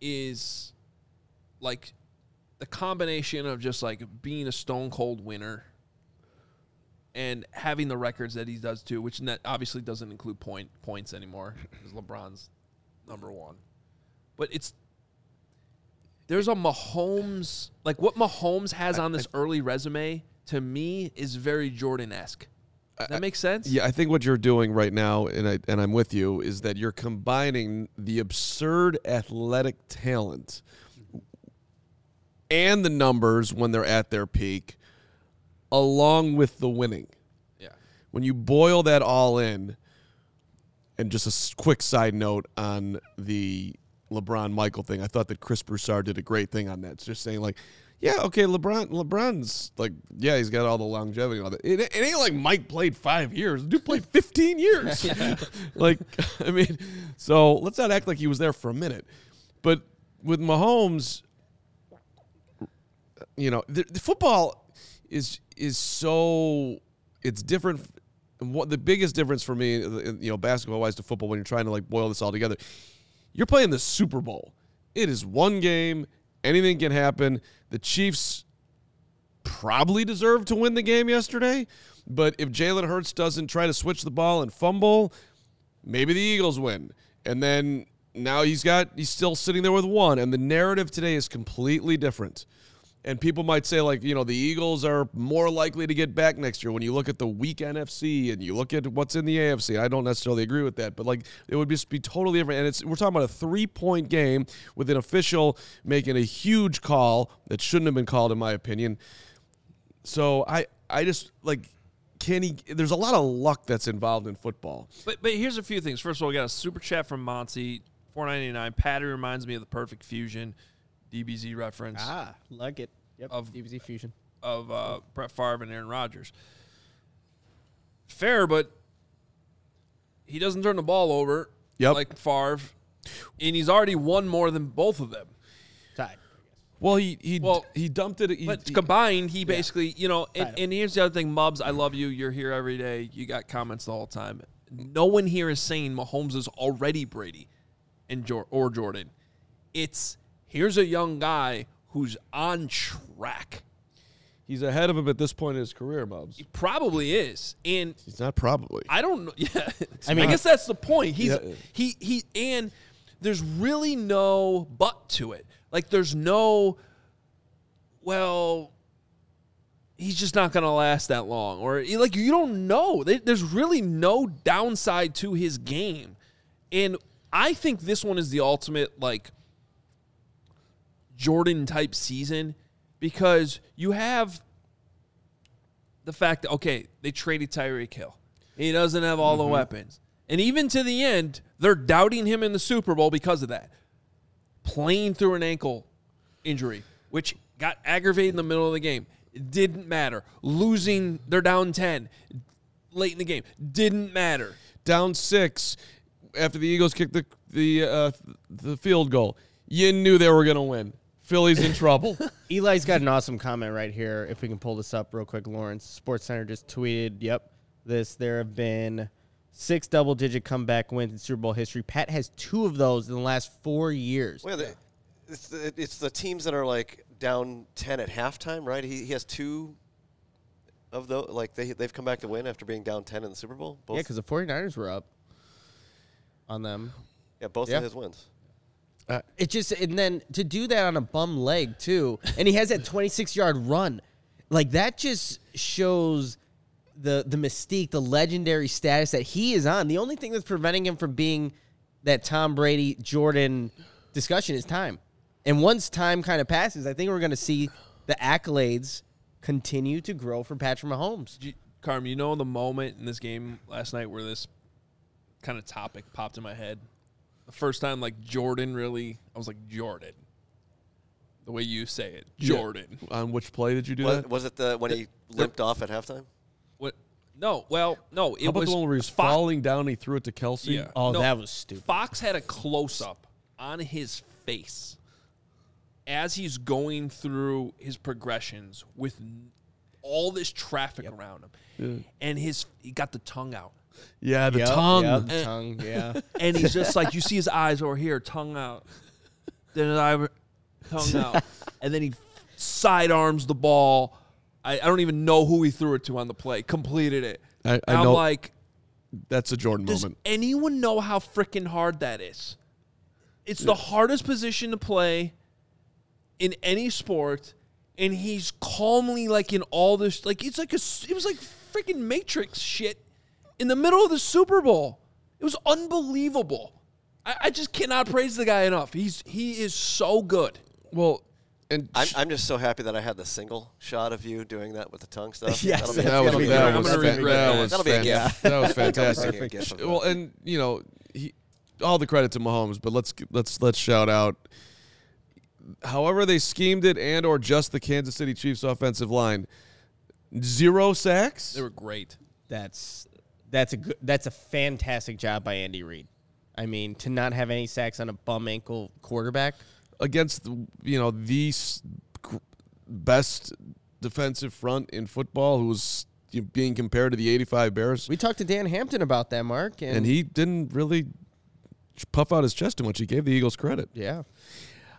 [SPEAKER 1] is like the combination of just like being a stone cold winner and having the records that he does too, which net obviously doesn't include point points anymore because LeBron's number one. But it's there's a Mahomes like what Mahomes has on this early resume to me is very Jordan esque. That makes sense.
[SPEAKER 3] Yeah, I think what you're doing right now, and I and I'm with you, is that you're combining the absurd athletic talent and the numbers when they're at their peak, along with the winning.
[SPEAKER 1] yeah,
[SPEAKER 3] When you boil that all in, and just a s- quick side note on the LeBron Michael thing, I thought that Chris Broussard did a great thing on that. It's just saying like. Yeah, okay, LeBron LeBron's like yeah, he's got all the longevity and all that. It, it ain't like Mike played 5 years. The Dude played 15 years. (laughs) like I mean, so let's not act like he was there for a minute. But with Mahomes, you know, the, the football is is so it's different. What the biggest difference for me, you know, basketball wise to football, when you're trying to like boil this all together, you're playing the Super Bowl. It is one game. Anything can happen. The Chiefs probably deserved to win the game yesterday, but if Jalen Hurts doesn't try to switch the ball and fumble, maybe the Eagles win. And then now he's got he's still sitting there with one and the narrative today is completely different. And people might say like, you know, the Eagles are more likely to get back next year when you look at the weak NFC and you look at what's in the AFC. I don't necessarily agree with that, but like it would just be totally different and it's we're talking about a 3-point game with an official making a huge call that shouldn't have been called in my opinion. So I I just like can he there's a lot of luck that's involved in football.
[SPEAKER 1] But but here's a few things. First of all, we got a super chat from Monty, four ninety nine. Patty reminds me of the perfect fusion, DBZ reference
[SPEAKER 2] Ah, like it. Yep.
[SPEAKER 1] Of-
[SPEAKER 2] DBZ fusion.
[SPEAKER 1] of uh, Brett Favre and Aaron Rodgers. Fair, but he doesn't turn the ball over
[SPEAKER 3] Yep.
[SPEAKER 1] like Favre, and he's already won more than both of them.
[SPEAKER 2] Tied.
[SPEAKER 3] Well, he he
[SPEAKER 1] Well,
[SPEAKER 3] he dumped it. He,
[SPEAKER 1] But
[SPEAKER 3] he-
[SPEAKER 1] combined, he basically, you know, and,
[SPEAKER 2] Title.
[SPEAKER 1] and here's the other thing, Mubs, I love you. You're here every day. You got comments the whole time. No one here is saying Mahomes is already Brady and Jor- or Jordan. It's here's a young guy who's on track.
[SPEAKER 3] he's ahead of him at this point in his career, Mobs.
[SPEAKER 1] He probably is. And
[SPEAKER 3] He's not probably.
[SPEAKER 1] I don't know. (laughs) Yeah, I
[SPEAKER 2] I
[SPEAKER 1] mean,
[SPEAKER 2] mean-
[SPEAKER 1] I guess that's the point. He's
[SPEAKER 3] Yeah.
[SPEAKER 1] he he, and there's really no but to it. Like, there's no, well, he's just not going to last that long. Or you- like you don't know. There- There's really no downside to his game, and I think this one is the ultimate like Jordan type season because you have the fact that okay they traded Tyreek Hill, he doesn't have all the weapons, and even to the end they're doubting him in the Super Bowl because of that playing through an ankle injury, which got aggravated in the middle of the game. It didn't matter. Losing, they're down 10 late in the game. Didn't matter.
[SPEAKER 3] down six after the Eagles kicked the the uh, the field goal. You knew they were going to win. Philly's in
[SPEAKER 4] (laughs)
[SPEAKER 3] trouble.
[SPEAKER 2] Eli's got an awesome comment right here. If we can pull this up real quick, Lawrence Sports Center just tweeted, "Yep, this there have been six double-digit comeback wins in Super Bowl history. Pat has two of those in the last four years.
[SPEAKER 4] Well, the, it's, the, it's the teams that are like down ten at halftime, right? He, he has two of those. Like they they've come back to win after being down ten in the Super Bowl. Both,
[SPEAKER 2] yeah, because the 49ers were up on them.
[SPEAKER 4] yeah, both
[SPEAKER 2] yeah.
[SPEAKER 4] of his wins.
[SPEAKER 2] It just and then to do that on a bum leg too, and he has that 26 yard run, like that just shows the the mystique, the legendary status that he is on. The only thing that's preventing him from being that Tom Brady Jordan discussion is time, and once time kind of passes, I think we're going to see the accolades continue to grow for Patrick Mahomes.
[SPEAKER 1] Did you- Carm, you know the moment in this game last night where this kind of topic popped in my head? The first time, like, Jordan really, I was like, Jordan. The way you say it, Jordan.
[SPEAKER 3] On which play did you do
[SPEAKER 4] Was,
[SPEAKER 3] that?
[SPEAKER 4] was it the when he limped off at halftime?
[SPEAKER 1] What? No, well, no. It
[SPEAKER 3] How about
[SPEAKER 1] was
[SPEAKER 3] the one where he was
[SPEAKER 1] Fox-
[SPEAKER 3] falling down? And he threw it to Kelsey.
[SPEAKER 1] Yeah.
[SPEAKER 2] Oh,
[SPEAKER 1] No,
[SPEAKER 2] that was stupid.
[SPEAKER 1] Fox had a close up on his face as he's going through his progressions with n- all this traffic around him, and his he got the tongue out,
[SPEAKER 3] Yeah, the
[SPEAKER 2] Yep,
[SPEAKER 3] tongue.
[SPEAKER 2] yep, the tongue, yeah.
[SPEAKER 1] and he's just like you see his eyes over here, tongue out, then his eye, tongue
[SPEAKER 3] (laughs)
[SPEAKER 1] out, and then he sidearms the ball. I, I don't even know who he threw it to on the play. Completed it.
[SPEAKER 3] I- I
[SPEAKER 1] am
[SPEAKER 3] know-
[SPEAKER 1] like,
[SPEAKER 3] That's a Jordan
[SPEAKER 1] Does
[SPEAKER 3] moment.
[SPEAKER 1] anyone know how freaking hard that is? It's the hardest position to play in any sport, and he's calmly like in all this like it's like a s- it was like freaking Matrix shit in the middle of the Super Bowl. It was unbelievable. I, I just cannot praise the guy enough. He's he is so good.
[SPEAKER 3] Well, and
[SPEAKER 4] I'm, I'm just so happy that I had the single shot of you doing that with the tongue stuff.
[SPEAKER 2] Yes,
[SPEAKER 4] That'll be-
[SPEAKER 2] that's
[SPEAKER 3] that was
[SPEAKER 2] gonna be
[SPEAKER 3] that
[SPEAKER 2] great.
[SPEAKER 3] was
[SPEAKER 1] I'm gonna
[SPEAKER 3] fan-
[SPEAKER 1] regret
[SPEAKER 3] that
[SPEAKER 1] that.
[SPEAKER 3] was
[SPEAKER 4] That'll be a
[SPEAKER 3] fan- (laughs)
[SPEAKER 4] gift.
[SPEAKER 3] That was
[SPEAKER 4] That'll
[SPEAKER 3] fantastic.
[SPEAKER 4] be a gift.
[SPEAKER 3] well, and you know, he, all the credit to Mahomes, but let's let's let's shout out. However, they schemed it, and or just the Kansas City Chiefs offensive line, zero sacks.
[SPEAKER 1] They were great.
[SPEAKER 2] That's that's a good that's a fantastic job by Andy Reid. I mean, to not have any sacks on a bum ankle quarterback.
[SPEAKER 3] against the, you know the s- gr- best defensive front in football, who was you know, being compared to the '85 Bears,
[SPEAKER 2] We talked to Dan Hampton about that, Mark, and,
[SPEAKER 3] and he didn't really puff out his chest too much. He gave the Eagles credit.
[SPEAKER 2] yeah,
[SPEAKER 3] Uh,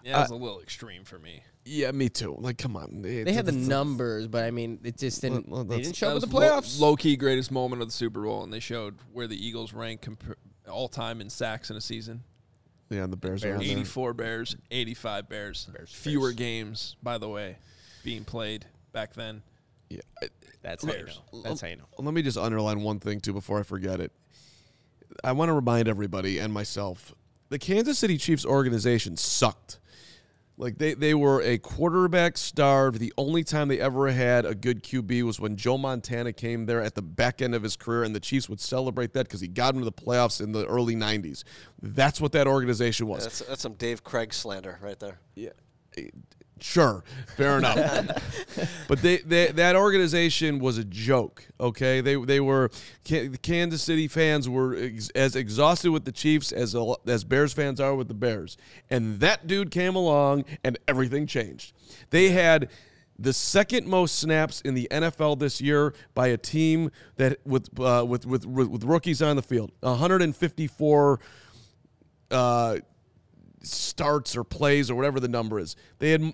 [SPEAKER 1] Yeah, that was a little extreme for me.
[SPEAKER 3] Yeah, me too. Like, come on,
[SPEAKER 2] they had the numbers, but I mean, it just didn't.
[SPEAKER 3] Well, well,
[SPEAKER 2] they
[SPEAKER 3] that's-
[SPEAKER 2] didn't show
[SPEAKER 1] That
[SPEAKER 2] up in the
[SPEAKER 1] was lo-
[SPEAKER 2] playoffs.
[SPEAKER 1] Low key greatest moment of the Super Bowl, and they showed where the Eagles rank comp- all time in sacks in a season.
[SPEAKER 3] Yeah, and the Bears. are on there.
[SPEAKER 1] 84 Bears, 85 Bears. Fewer games, by the way, being played back then.
[SPEAKER 3] Yeah.
[SPEAKER 2] that's how you
[SPEAKER 1] Bears.
[SPEAKER 2] know. That's how you know.
[SPEAKER 3] Let me just underline one thing too before I forget it. I want to remind everybody and myself the Kansas City Chiefs organization sucked. Like they, they were a quarterback starved. The only time they ever had a good QB was when Joe Montana came there at the back end of his career, and the Chiefs would celebrate that because he got him to the playoffs in the early '90s. That's what that organization was.
[SPEAKER 4] That's, that's some Dave Craig slander right there.
[SPEAKER 3] Sure, fair enough. but they, they that organization was a joke. Okay, they they were Ca- the Kansas City fans were ex- as exhausted with the Chiefs as a, as Bears fans are with the Bears, and that dude came along and everything changed. They had the second most snaps in the NFL this year by a team that with uh, with, with with rookies on the field, 154 uh, starts or plays or whatever the number is. They had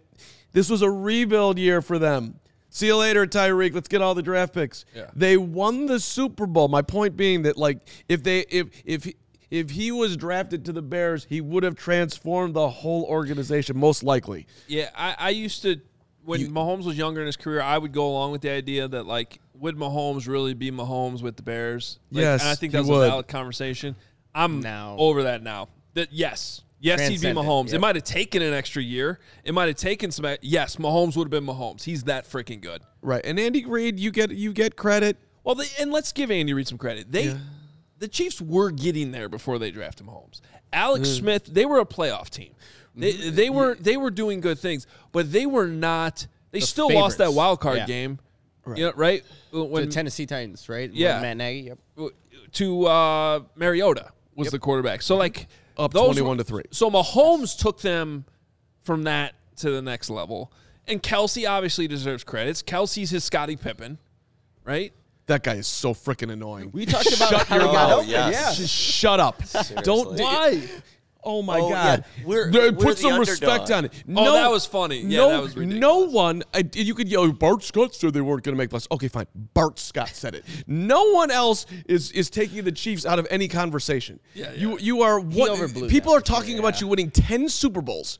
[SPEAKER 3] this was a rebuild year for them. See you later, Tyreek. Let's get all the draft picks.
[SPEAKER 1] Yeah.
[SPEAKER 3] They won the Super Bowl. My point being that like if they if if he- if he was drafted to the Bears, he would have transformed the whole organization most likely.
[SPEAKER 1] Yeah, I, I used to when Mahomes was younger in his career, I would go along with the idea that like, would Mahomes really be Mahomes with the Bears? Like,
[SPEAKER 3] Yes,
[SPEAKER 1] and I think
[SPEAKER 3] he
[SPEAKER 1] that's a
[SPEAKER 3] would.
[SPEAKER 1] valid conversation. I'm
[SPEAKER 2] Now.
[SPEAKER 1] over that now. That yes, yes, he'd be
[SPEAKER 2] Transcendent,
[SPEAKER 1] Mahomes. It
[SPEAKER 2] yep.
[SPEAKER 1] might have taken an extra year. It might have taken some. e-, Yes, Mahomes would have been Mahomes. He's that freaking good.
[SPEAKER 3] Right. And Andy Reid, you get you get credit.
[SPEAKER 1] Well, they, and let's give Andy Reid some credit. They, the Chiefs were getting there before they drafted Mahomes. Alex Smith, they were a playoff team. They, they were they were doing good things, but they were not. They still lost that
[SPEAKER 2] favorites.
[SPEAKER 1] wild card
[SPEAKER 2] Yeah.
[SPEAKER 1] game, right? You know, right?
[SPEAKER 2] The
[SPEAKER 1] When
[SPEAKER 2] Tennessee Titans, right? When
[SPEAKER 1] Yeah.
[SPEAKER 2] Matt Nagy. Yep.
[SPEAKER 1] to uh, Mariota was the quarterback. So like
[SPEAKER 3] Up
[SPEAKER 1] those
[SPEAKER 3] 21
[SPEAKER 1] were-
[SPEAKER 3] to three.
[SPEAKER 1] So Mahomes took them from that to the next level, and Kelsey obviously deserves credits. Kelsey's his Scottie Pippen, right?
[SPEAKER 3] That guy is so freaking annoying.
[SPEAKER 2] We talked
[SPEAKER 3] (laughs)
[SPEAKER 2] about how he
[SPEAKER 4] mouth.
[SPEAKER 2] got
[SPEAKER 4] Oh,
[SPEAKER 2] open.
[SPEAKER 4] yes.
[SPEAKER 3] Just shut up. Don't
[SPEAKER 4] Seriously.
[SPEAKER 3] why. Oh my
[SPEAKER 4] Oh,
[SPEAKER 3] God!
[SPEAKER 4] yeah. We're-
[SPEAKER 3] They
[SPEAKER 4] we're
[SPEAKER 3] put
[SPEAKER 4] the
[SPEAKER 3] some
[SPEAKER 4] underdog.
[SPEAKER 3] respect on it.
[SPEAKER 1] Oh,
[SPEAKER 3] No,
[SPEAKER 1] that was funny. Yeah,
[SPEAKER 3] no,
[SPEAKER 1] that was ridiculous.
[SPEAKER 3] no one. I, you could yell. Bart Scott said they weren't going to make plus. Okay, fine. Bart Scott said it. No one else is is taking the Chiefs out of any conversation.
[SPEAKER 1] Yeah, yeah.
[SPEAKER 3] You you are what?
[SPEAKER 2] overblew
[SPEAKER 3] People
[SPEAKER 2] that.
[SPEAKER 3] are talking about you winning ten Super Bowls.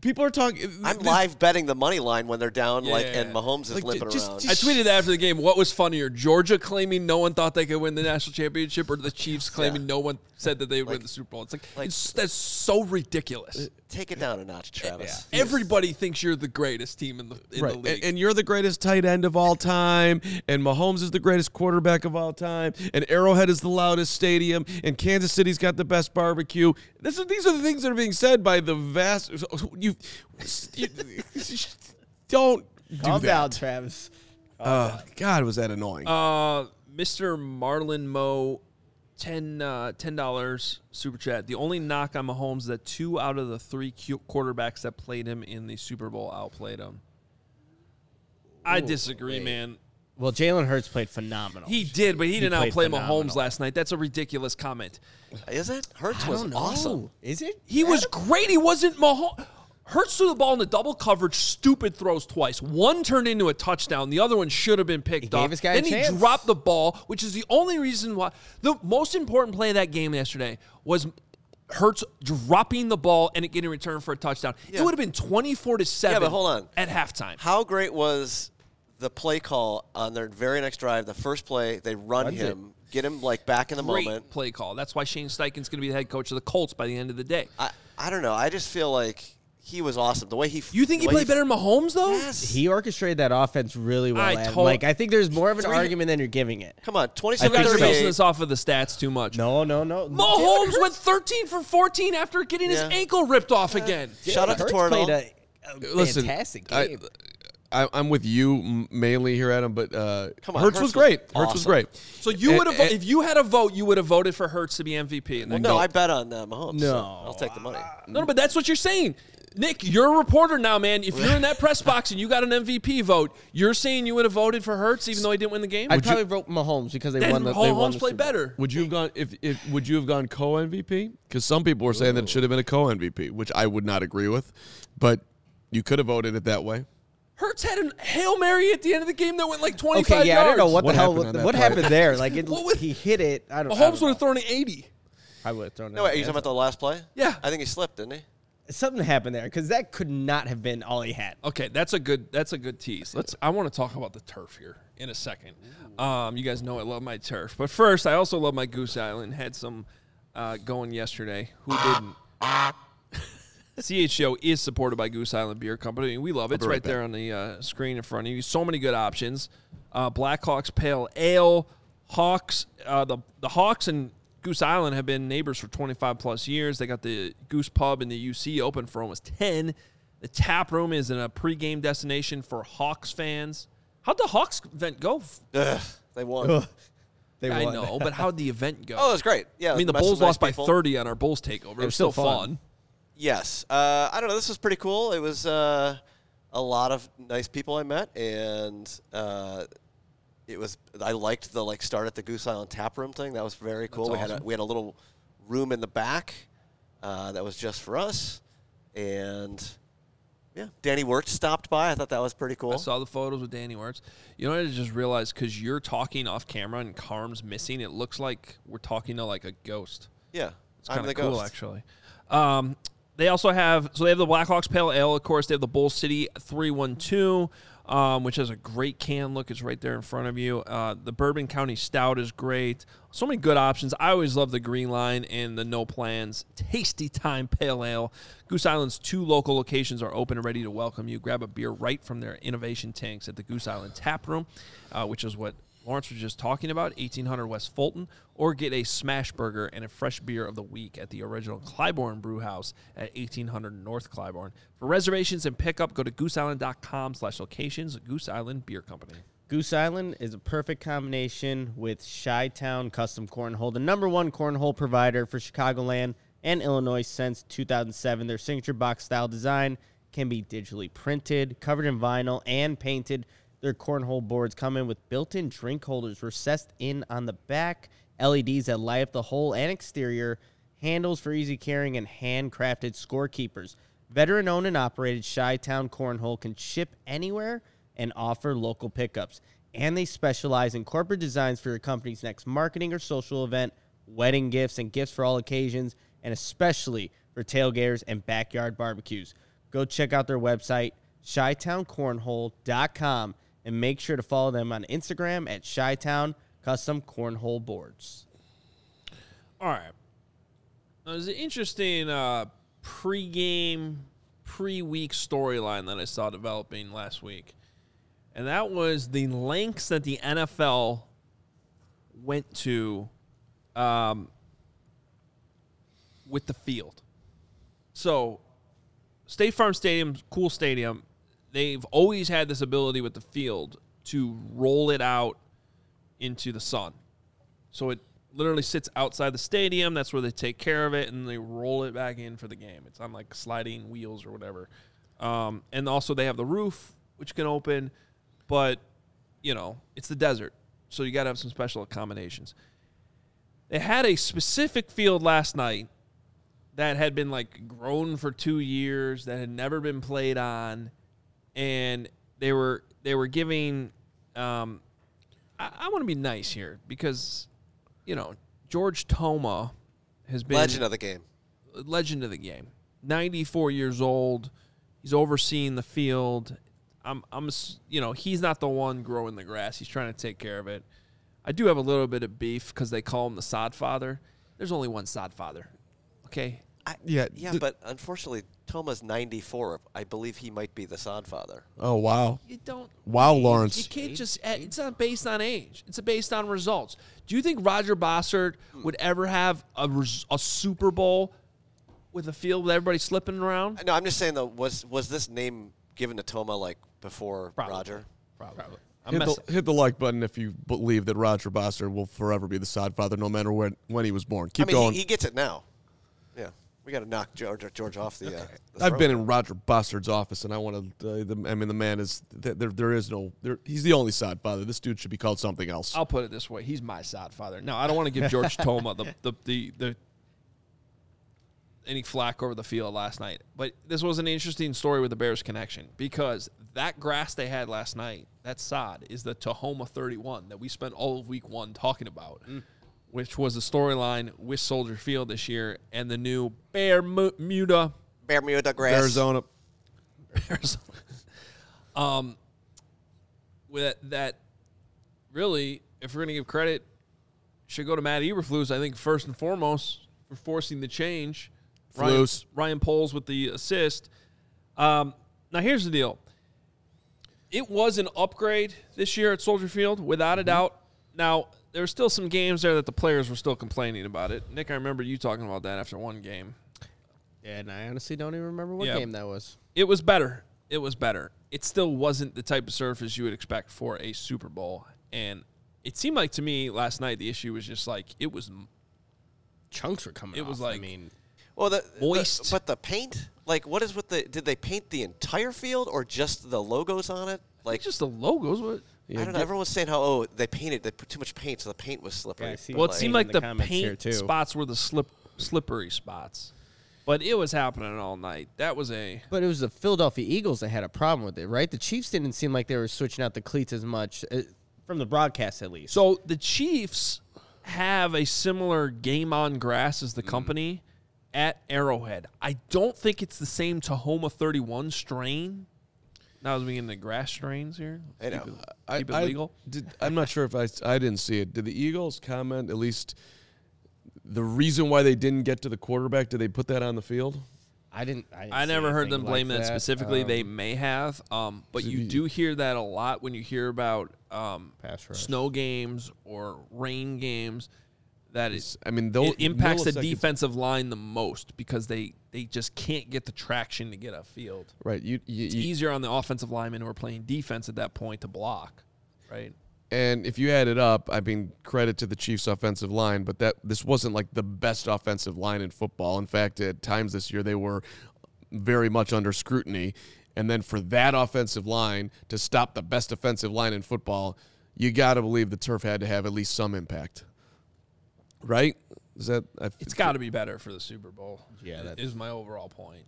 [SPEAKER 3] People are talking.
[SPEAKER 4] I'm
[SPEAKER 3] this-
[SPEAKER 4] live betting the money line when they're down, like,
[SPEAKER 1] yeah,
[SPEAKER 4] and
[SPEAKER 1] yeah.
[SPEAKER 4] Mahomes is
[SPEAKER 3] Like, ju-
[SPEAKER 4] limping
[SPEAKER 3] just-
[SPEAKER 4] around.
[SPEAKER 1] I tweeted after the game, what was funnier, Georgia claiming no one thought they could win the national championship or the Chiefs claiming
[SPEAKER 4] Yeah.
[SPEAKER 1] no one said that they would win the Super Bowl? It's like, it's, that's so ridiculous.
[SPEAKER 4] Take it down a notch, Travis.
[SPEAKER 1] Everybody thinks you're the greatest team in the, in
[SPEAKER 3] Right.
[SPEAKER 1] the
[SPEAKER 3] And,
[SPEAKER 1] league.
[SPEAKER 3] and you're the greatest tight end of all time. And Mahomes is the greatest quarterback of all time. And Arrowhead is the loudest stadium. And Kansas City's got the best barbecue. This is, these are the things that are being said by the vast. You, (laughs) you don't do
[SPEAKER 2] Calm
[SPEAKER 3] that.
[SPEAKER 2] down, Travis.
[SPEAKER 3] Uh, God, was that annoying?
[SPEAKER 1] uh, Mr. Marlon Moe, $10, uh, $10 super chat. The only knock on Mahomes is that two out of the three cu- quarterbacks that played him in the Super Bowl outplayed him. I disagree, man.
[SPEAKER 2] Well, Jalen Hurts played phenomenal.
[SPEAKER 1] He did, but he, didn't
[SPEAKER 2] played
[SPEAKER 1] outplay Mahomes
[SPEAKER 2] phenomenal.
[SPEAKER 1] last night. That's a ridiculous comment.
[SPEAKER 4] Is it? Hurts
[SPEAKER 2] I
[SPEAKER 4] was
[SPEAKER 2] don't know.
[SPEAKER 4] awesome.
[SPEAKER 2] Is it?
[SPEAKER 1] He was great. He wasn't Mahomes. Hurts threw the ball in the double coverage, stupid throws twice. One turned into a touchdown. The other one should have been picked
[SPEAKER 2] gave
[SPEAKER 1] off.
[SPEAKER 2] his guy a
[SPEAKER 1] then he
[SPEAKER 2] chance.
[SPEAKER 1] dropped the ball, which is the only reason why. The most important play of that game yesterday was Hurts dropping the ball and it getting returned for a touchdown. It
[SPEAKER 4] Yeah.
[SPEAKER 1] would have been twenty-four to seven.
[SPEAKER 4] Yeah, but hold on.
[SPEAKER 1] At halftime,
[SPEAKER 4] How great was the play call on their very next drive? The first play, they run him, get him like back in the
[SPEAKER 1] great
[SPEAKER 4] moment.
[SPEAKER 1] play call. That's why Shane Steichen's going to be the head coach of the Colts by the end of the day.
[SPEAKER 4] I, I don't know. I just feel like he was awesome. The way he
[SPEAKER 1] You think he
[SPEAKER 4] the way
[SPEAKER 1] played better than Mahomes though?
[SPEAKER 4] Yes.
[SPEAKER 2] He orchestrated that offense really well.
[SPEAKER 1] I
[SPEAKER 2] Adam.
[SPEAKER 1] tot-
[SPEAKER 2] like I think there's more of an argument than you're giving it.
[SPEAKER 4] Come on,
[SPEAKER 1] You
[SPEAKER 4] twenty-seven
[SPEAKER 1] guys are basing
[SPEAKER 4] thirty-eight.
[SPEAKER 1] this off of the stats too much.
[SPEAKER 2] No, no, no.
[SPEAKER 1] Mahomes went 13 for 14 after getting
[SPEAKER 4] Yeah.
[SPEAKER 1] his ankle ripped off again.
[SPEAKER 4] Shout out to
[SPEAKER 2] Hurts
[SPEAKER 4] Tornell.
[SPEAKER 2] played a, a
[SPEAKER 3] Listen,
[SPEAKER 2] fantastic
[SPEAKER 3] I-
[SPEAKER 2] game.
[SPEAKER 3] I, I'm with you m- mainly here, Adam, but uh,
[SPEAKER 4] Come on,
[SPEAKER 3] Hurts, was
[SPEAKER 4] Hurts was
[SPEAKER 3] great. Hurts was
[SPEAKER 4] awesome.
[SPEAKER 3] great.
[SPEAKER 1] So you
[SPEAKER 3] And-
[SPEAKER 1] would have,
[SPEAKER 3] and-
[SPEAKER 1] if you had a vote, you would have voted for Hertz to be MVP. And
[SPEAKER 4] Well,
[SPEAKER 1] then
[SPEAKER 4] no, I bet on uh, Mahomes. so
[SPEAKER 2] No.
[SPEAKER 4] I'll take the money.
[SPEAKER 1] no, no, but that's what you're saying, Nick. You're a reporter now, man. If you're in that press box and you got an MVP vote, you're saying you would have voted for Hertz even though he didn't win the game.
[SPEAKER 2] I probably wrote Mahomes because they
[SPEAKER 1] then
[SPEAKER 2] won the they won
[SPEAKER 1] Mahomes
[SPEAKER 2] the
[SPEAKER 1] played
[SPEAKER 2] Super Bowl.
[SPEAKER 1] better.
[SPEAKER 3] Would you have gone if, if would you have gone co MVP? Because some people were saying that it should have been a co MVP, which I would not agree with. But you could have voted it that way.
[SPEAKER 1] Hertz had a hail mary at the end of the game that went like 25
[SPEAKER 2] Okay, yeah,
[SPEAKER 1] yards.
[SPEAKER 2] I don't know what,
[SPEAKER 3] What
[SPEAKER 2] the hell
[SPEAKER 3] happened on that
[SPEAKER 2] what
[SPEAKER 3] play?
[SPEAKER 2] happened there. Like it,
[SPEAKER 1] What was-
[SPEAKER 2] he hit it. I don't.
[SPEAKER 1] Mahomes would
[SPEAKER 2] I
[SPEAKER 1] have thrown an 80.
[SPEAKER 2] would have thrown.
[SPEAKER 4] No, wait, are you talking about the last play?
[SPEAKER 1] Yeah.
[SPEAKER 4] I think he slipped, didn't he?
[SPEAKER 2] something happened there because that could not have been all he had.
[SPEAKER 1] Okay, that's a good that's a good tease. Let's I want to talk about the turf here in a second. Um, you guys know I love my turf, but first I also love my Goose Island. Had some uh, going yesterday. Who didn't? CHO is supported by Goose Island Beer Company. and We love it. It's
[SPEAKER 3] right
[SPEAKER 1] right, there on the uh, screen in front of you. So many good options: uh, Blackhawks Pale Ale, Hawks. Uh, the the Hawks and Goose Island have been neighbors for 25 plus years. They got the Goose Pub and the UC open for almost 10. The tap room is in a pregame destination for Hawks fans. How'd the Hawks event go?
[SPEAKER 4] Ugh, they won.
[SPEAKER 2] They
[SPEAKER 1] I
[SPEAKER 2] won.
[SPEAKER 1] know, but how'd the event go?
[SPEAKER 4] (laughs) Oh, it was great. Yeah.
[SPEAKER 1] I mean, the
[SPEAKER 4] met some
[SPEAKER 1] Bulls
[SPEAKER 4] nice
[SPEAKER 1] lost by
[SPEAKER 4] people.
[SPEAKER 1] 30 on our Bulls takeover. It was, still fun.
[SPEAKER 4] Yes. Uh, I don't know. This was pretty cool. It was uh, a lot of nice people I met, and uh, it was. I liked the like start at the Goose Island Tap Room thing. That was very cool. we had a,
[SPEAKER 1] awesome.
[SPEAKER 4] we had a little room in the back uh, that was just for us, and yeah, Danny Wirtz stopped by. I thought that was pretty cool.
[SPEAKER 1] I saw the photos with Danny Wertz. You know what I just realized? Because you're talking off camera and Carm's missing, it looks like we're talking to like a ghost.
[SPEAKER 4] yeah,
[SPEAKER 1] It's
[SPEAKER 4] I'm
[SPEAKER 1] kind
[SPEAKER 4] the
[SPEAKER 1] of cool,
[SPEAKER 4] ghost.
[SPEAKER 1] actually. Um, They also have so they have the Blackhawks Pale Ale, of course. They have the Bull City Three One Two, um, which has a great can look. It's right there in front of you. Uh, the Bourbon County Stout is great. So many good options. I always love the Green Line and the No Plans Tasty Time Pale Ale. Goose Island's two local locations are open and ready to welcome you. Grab a beer right from their innovation tanks at the Goose Island Tap Room, uh, which is what Lawrence was just talking about, 1800 West Fulton, or get a smash burger and a fresh beer of the week at the original Clybourne Brew House at 1800 North Clybourne. For reservations and pickup, go to gooseisland.com slash locations, Goose Island Beer Company.
[SPEAKER 2] Goose Island is a perfect combination with Chi Town Custom Cornhole, the number one cornhole provider for Chicagoland and Illinois since 2007. Their signature box style design can be digitally printed, covered in vinyl, and painted. Their cornhole boards come in with built in drink holders recessed in on the back, LEDs that light up the hole and exterior, handles for easy carrying, and handcrafted scorekeepers. Veteran owned and operated Chi Town Cornhole can ship anywhere and offer local pickups. And they specialize in corporate designs for your company's next marketing or social event, wedding gifts, and gifts for all occasions, and especially for tailgaters and backyard barbecues. Go check out their website, shytowncornhole.com, and make sure to follow them on Instagram at shytown custom cornhole boards.
[SPEAKER 1] All right. Now, there's an interesting uh, pre-game, pre-week storyline that I saw developing last week, and that was the lengths that the NFL went to um, with the field. So, State Farm Stadium, cool stadium. They've always had this ability with the field to roll it out into the sun. So it literally sits outside the stadium. That's where they take care of it, and they roll it back in for the game. It's on like sliding wheels or whatever. Um, and also they have the roof, which can open, but you know it's the desert, so you got to have some special accommodations. They had a specific field last night that had been like grown for two years that had never been played on, and they were they were giving. Um, I, I want to be nice here because, you know, George Toma has been
[SPEAKER 4] Legend of the game.
[SPEAKER 1] legend of the game. 94 years old. He's overseeing the field. I'm, I'm, s- you know, he's not the one growing the grass. He's trying to take care of it. I do have a little bit of beef because they call him the sod father. There's only one sod father. Okay.
[SPEAKER 4] I,
[SPEAKER 3] Yeah,
[SPEAKER 4] yeah,
[SPEAKER 3] th-
[SPEAKER 4] but unfortunately, Toma's 94. I believe he might be the sod father.
[SPEAKER 3] Oh wow,
[SPEAKER 1] You don't.
[SPEAKER 3] wow,
[SPEAKER 1] You
[SPEAKER 3] Lawrence.
[SPEAKER 1] can't just. eh, It's not based on age. It's based on results. Do you think Roger Bossert would ever have a, res- a Super Bowl with a field with everybody slipping around?
[SPEAKER 4] No, I'm just saying though. Was was this name given to Toma like before
[SPEAKER 1] Probably.
[SPEAKER 4] Roger?
[SPEAKER 1] Probably. I'm
[SPEAKER 3] Hit
[SPEAKER 1] messing.
[SPEAKER 3] the, hit the like button if you believe that Roger Bossard will forever be the sod father, no matter when when he was born. Keep
[SPEAKER 4] I mean,
[SPEAKER 3] going.
[SPEAKER 4] He, he gets it now. Yeah, we got to knock George, George off the. Uh, the
[SPEAKER 3] I've been
[SPEAKER 4] throne.
[SPEAKER 3] in Roger Bossard's office, and I want to. Uh, the, I mean, the man is th- there. There is no. There, he's the only sod father. This dude should be called something else.
[SPEAKER 1] I'll put it this way: he's my sod father. No, I don't want to give George Toma the, the the the any flack over the field last night. But this was an interesting story with the Bears connection because that grass they had last night, that sod, is the Tahoma 31 that we spent all of week one talking about, which was the storyline with Soldier Field this year and the new Bermuda
[SPEAKER 4] Bermuda grass.
[SPEAKER 3] Arizona.
[SPEAKER 1] Arizona. (laughs) um, with that, really, if we're going to give credit, should go to Matt Eberflus. I think first and foremost for forcing the change. Ryan,
[SPEAKER 3] Flus.
[SPEAKER 1] Ryan Poles with the assist. Um, now here's the deal. It was an upgrade this year at Soldier Field, without a doubt. Now there were still some games there that the players were still complaining about it. Nick, I remember you talking about that after one game.
[SPEAKER 2] And I honestly don't even remember what
[SPEAKER 1] Yeah.
[SPEAKER 2] game that was.
[SPEAKER 1] It was better. It was better. It still wasn't the type of surface you would expect for a Super Bowl. And it seemed like to me last night the issue was just like it was
[SPEAKER 2] Chunks were coming
[SPEAKER 1] It was
[SPEAKER 2] off. I
[SPEAKER 1] like-
[SPEAKER 2] mean,
[SPEAKER 4] Well, the, the-
[SPEAKER 1] Moist.
[SPEAKER 4] but the paint, like, what is with the? Did they paint the entire field or just the logos on it? Like,
[SPEAKER 1] it's just the logos. What?
[SPEAKER 4] I don't know. Everyone's saying how oh they painted they put too much paint, so the paint was slippery.
[SPEAKER 2] Yeah, I see.
[SPEAKER 4] But,
[SPEAKER 1] Well, it
[SPEAKER 2] Like-
[SPEAKER 1] seemed
[SPEAKER 2] in
[SPEAKER 1] like
[SPEAKER 2] the
[SPEAKER 1] the
[SPEAKER 2] comments here,
[SPEAKER 1] paint
[SPEAKER 2] too.
[SPEAKER 1] spots were the slip slippery spots, but it was happening all night. That was a
[SPEAKER 2] But it was the Philadelphia Eagles that had a problem with it, right? The Chiefs didn't seem like they were switching out the cleats as much, uh, from the broadcast at least.
[SPEAKER 1] So the Chiefs have a similar game on grass as the company, at Arrowhead. I don't think it's the same Tahoma 31 strain. Now as we get into grass strains here,
[SPEAKER 4] I know.
[SPEAKER 1] Keep it-
[SPEAKER 3] I,
[SPEAKER 1] keep it
[SPEAKER 3] I
[SPEAKER 1] legal.
[SPEAKER 3] Did, I'm not sure if I, s- I didn't see it. Did the Eagles comment at least the reason why they didn't get to the quarterback? Did they put that on the field?
[SPEAKER 2] I didn't. I, didn't
[SPEAKER 1] I
[SPEAKER 2] see
[SPEAKER 1] never heard
[SPEAKER 2] anything
[SPEAKER 1] them
[SPEAKER 2] like
[SPEAKER 1] blame that, specifically.
[SPEAKER 2] Um,
[SPEAKER 1] they may have, um, but you do hear that a lot when you hear about um,
[SPEAKER 2] Pass rush.
[SPEAKER 1] snow games or rain games. That is,
[SPEAKER 3] I mean, those
[SPEAKER 1] it impacts the
[SPEAKER 3] milliseconds-
[SPEAKER 1] defensive line the most because they they just can't get the traction to get upfield.
[SPEAKER 3] Right. You, you,
[SPEAKER 1] It's
[SPEAKER 3] you-
[SPEAKER 1] easier on the offensive linemen who are playing defense at that point to block, right?
[SPEAKER 3] and if you add it up, I mean, credit to the Chiefs' offensive line, but that this wasn't like the best offensive line in football. In fact, at times this year they were very much under scrutiny. And then for that offensive line to stop the best offensive line in football, you got to believe the turf had to have at least some impact, right? Is that I,
[SPEAKER 1] It's got to be better for the Super Bowl.
[SPEAKER 2] Yeah,
[SPEAKER 1] i-
[SPEAKER 2] that's-
[SPEAKER 1] is my overall point.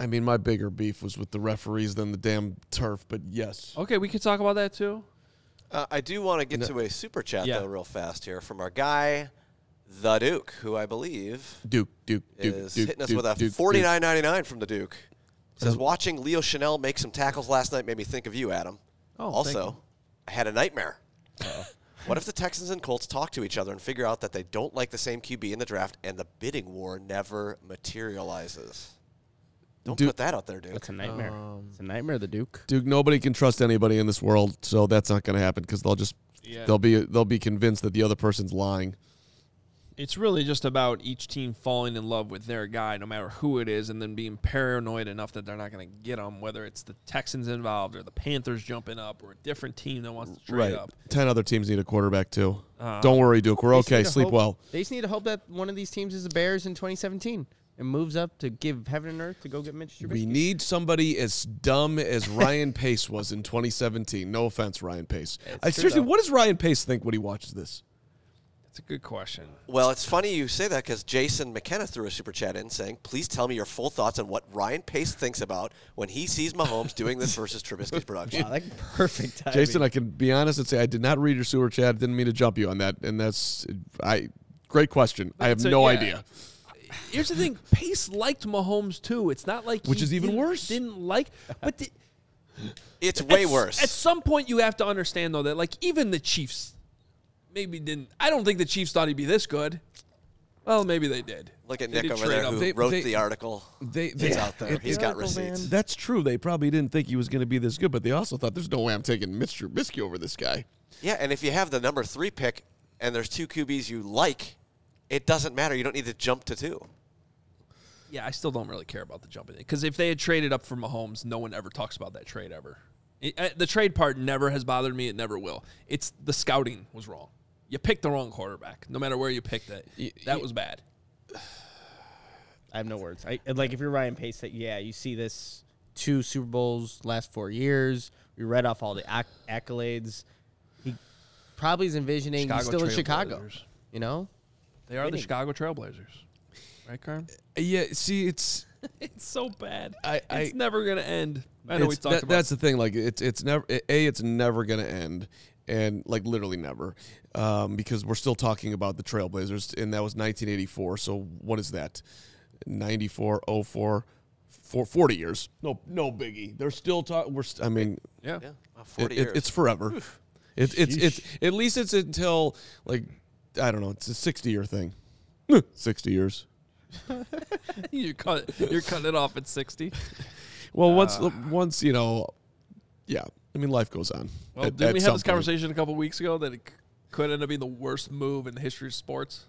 [SPEAKER 3] I mean, my bigger beef was with the referees than the damn turf, but yes,
[SPEAKER 1] Okay, we could talk about that too.
[SPEAKER 4] Uh, I do want to get to a super chat
[SPEAKER 1] Yeah.
[SPEAKER 4] though, real fast here from our guy, the Duke, who I believe
[SPEAKER 3] Duke, Duke, Duke,
[SPEAKER 4] is
[SPEAKER 3] Duke,
[SPEAKER 4] hitting us
[SPEAKER 3] Duke,
[SPEAKER 4] with a
[SPEAKER 3] Duke,
[SPEAKER 4] forty nine ninety nine from the Duke. Says watching Leo Chanel make some tackles last night made me think of you, Adam.
[SPEAKER 1] Oh, thank
[SPEAKER 4] also, I had a nightmare. (laughs) what if the Texans and Colts talk to each other and figure out that they don't like the same QB in the draft, and the bidding war never materializes? Don't
[SPEAKER 3] Duke-
[SPEAKER 4] put that out there, Duke.
[SPEAKER 2] That's a nightmare. Uh,
[SPEAKER 1] Um,
[SPEAKER 2] it's a nightmare. The Duke.
[SPEAKER 3] Duke, nobody can trust anybody in this world, so that's not going to happen because they'll just
[SPEAKER 1] Yeah.
[SPEAKER 3] they'll be they'll be convinced that the other person's lying.
[SPEAKER 1] It's really just about each team falling in love with their guy, no matter who it is, and then being paranoid enough that they're not going to get him, whether it's the Texans involved or the Panthers jumping up or a different team that wants to trade up.
[SPEAKER 3] Ten other teams need a quarterback too. Don't worry, Duke. We're
[SPEAKER 2] They just
[SPEAKER 3] okay.
[SPEAKER 2] need to
[SPEAKER 3] Sleep
[SPEAKER 2] hope-
[SPEAKER 3] well.
[SPEAKER 2] They just need to hope that one of these teams is the Bears in 2017 and moves up to give heaven and earth to go get Mitch Trubisky.
[SPEAKER 3] We need somebody as dumb as Ryan Pace was in 2017. No offense, Ryan Pace. I, seriously, what does Ryan Pace think when he watches this?
[SPEAKER 1] That's a good question.
[SPEAKER 4] Well, it's funny you say that because Jason McKenna threw a super chat in saying, "Please tell me your full thoughts on what Ryan Pace thinks about when he sees Mahomes doing this versus Trubisky's
[SPEAKER 3] (laughs)
[SPEAKER 4] production."
[SPEAKER 2] Wow, Oh, that perfect timing.
[SPEAKER 3] Jason, I can be honest and say I did not read your sewer chat. Didn't mean to jump you on that, and that's I. Great question. I have
[SPEAKER 1] So,
[SPEAKER 3] no
[SPEAKER 1] yeah.
[SPEAKER 3] idea.
[SPEAKER 1] Here's the thing: Pace liked Mahomes too. It's not like
[SPEAKER 3] Which
[SPEAKER 1] he
[SPEAKER 3] is even
[SPEAKER 1] didn't-
[SPEAKER 3] worse.
[SPEAKER 1] Didn't like, but the,
[SPEAKER 4] It's (laughs) way
[SPEAKER 1] at s-
[SPEAKER 4] worse.
[SPEAKER 1] At some point, you have to understand though that like even the Chiefs maybe didn't. I don't think the Chiefs thought he'd be this good. Well, maybe they did.
[SPEAKER 4] Look at
[SPEAKER 1] They
[SPEAKER 4] Nick
[SPEAKER 1] did
[SPEAKER 4] over
[SPEAKER 1] trade
[SPEAKER 4] there
[SPEAKER 1] up.
[SPEAKER 4] who
[SPEAKER 3] They-
[SPEAKER 4] wrote
[SPEAKER 3] they-
[SPEAKER 4] the article.
[SPEAKER 3] They,
[SPEAKER 4] It's out there. He's got receipts.
[SPEAKER 3] That's true. They probably didn't think he was going to be this good, but they also thought there's no way I'm taking Mitch Trubisky over this guy.
[SPEAKER 4] Yeah, and if you have the number three pick and there's two QBs you like, it doesn't matter. You don't need to jump to two.
[SPEAKER 1] Yeah, I still don't really care about the jump in it because if they had traded up for Mahomes, no one ever talks about that trade ever. It- uh, the trade part never has bothered me. It never will. It's the scouting was wrong. You picked the wrong quarterback. No matter where you picked it, that was bad.
[SPEAKER 2] I have no words. I and, like if you're Ryan Pace. That yeah, you see this two Super Bowls last four years. We read off all the acc- accolades. He probably is envisioning
[SPEAKER 1] Chicago
[SPEAKER 2] he's still in
[SPEAKER 1] Trail
[SPEAKER 2] Chicago.
[SPEAKER 1] Blazers.
[SPEAKER 2] You know,
[SPEAKER 1] They are the
[SPEAKER 2] Winning.
[SPEAKER 1] Chicago Trailblazers, right, Karen?
[SPEAKER 3] Yeah, see, it's
[SPEAKER 1] (laughs) It's so bad.
[SPEAKER 3] I- I-
[SPEAKER 1] it's never gonna end. I know we
[SPEAKER 3] it's-
[SPEAKER 1] talked
[SPEAKER 3] that-
[SPEAKER 1] about
[SPEAKER 3] that's the thing. Like it's it's never a it's never going to end, and like literally never, um, because we're still talking about the Trailblazers, and that was 1984. So what is that? 94, 04, four- 40 years. No, no biggie. They're still talking. We're. St- I mean,
[SPEAKER 1] yeah.
[SPEAKER 3] (laughs)
[SPEAKER 4] Yeah, wow,
[SPEAKER 3] it,
[SPEAKER 4] 40
[SPEAKER 3] it-
[SPEAKER 4] years.
[SPEAKER 3] it's forever. It, it's it's at least it's until like I don't know. It's a sixty year thing. sixty years.
[SPEAKER 1] (laughs) you cut you're cutting it off at sixty.
[SPEAKER 3] Well, once
[SPEAKER 1] Uh.
[SPEAKER 3] once you know, yeah. I mean, life goes on.
[SPEAKER 1] Well,
[SPEAKER 3] at-
[SPEAKER 1] didn't
[SPEAKER 3] at
[SPEAKER 1] we have
[SPEAKER 3] some
[SPEAKER 1] this
[SPEAKER 3] point.
[SPEAKER 1] conversation a couple weeks ago that it c- could end up being the worst move in the history of sports?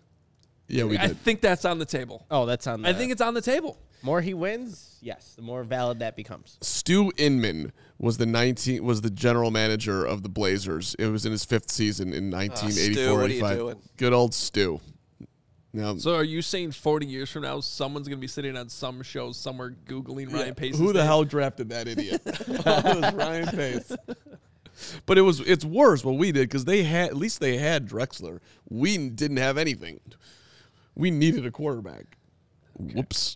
[SPEAKER 3] Yeah, we
[SPEAKER 1] I
[SPEAKER 3] did.
[SPEAKER 1] think that's on the table.
[SPEAKER 2] oh that's on. The,
[SPEAKER 1] I think it's on the table.
[SPEAKER 2] more he wins, yes, the more valid that becomes.
[SPEAKER 3] Stu Inman was the nineteen was the general manager of the Blazers. It was in his fifth season
[SPEAKER 1] Ah,
[SPEAKER 3] in 1984
[SPEAKER 4] what are you doing?
[SPEAKER 3] Good old Stu. Now,
[SPEAKER 1] So are you saying 40 years from now someone's going to be sitting on some show somewhere googling Ryan Pace?
[SPEAKER 3] Who the hell drafted that idiot? (laughs) it was Ryan Pace. But it was it's worse what we did because they had at least they had Drexler. We didn't have anything. We needed a quarterback. Whoops.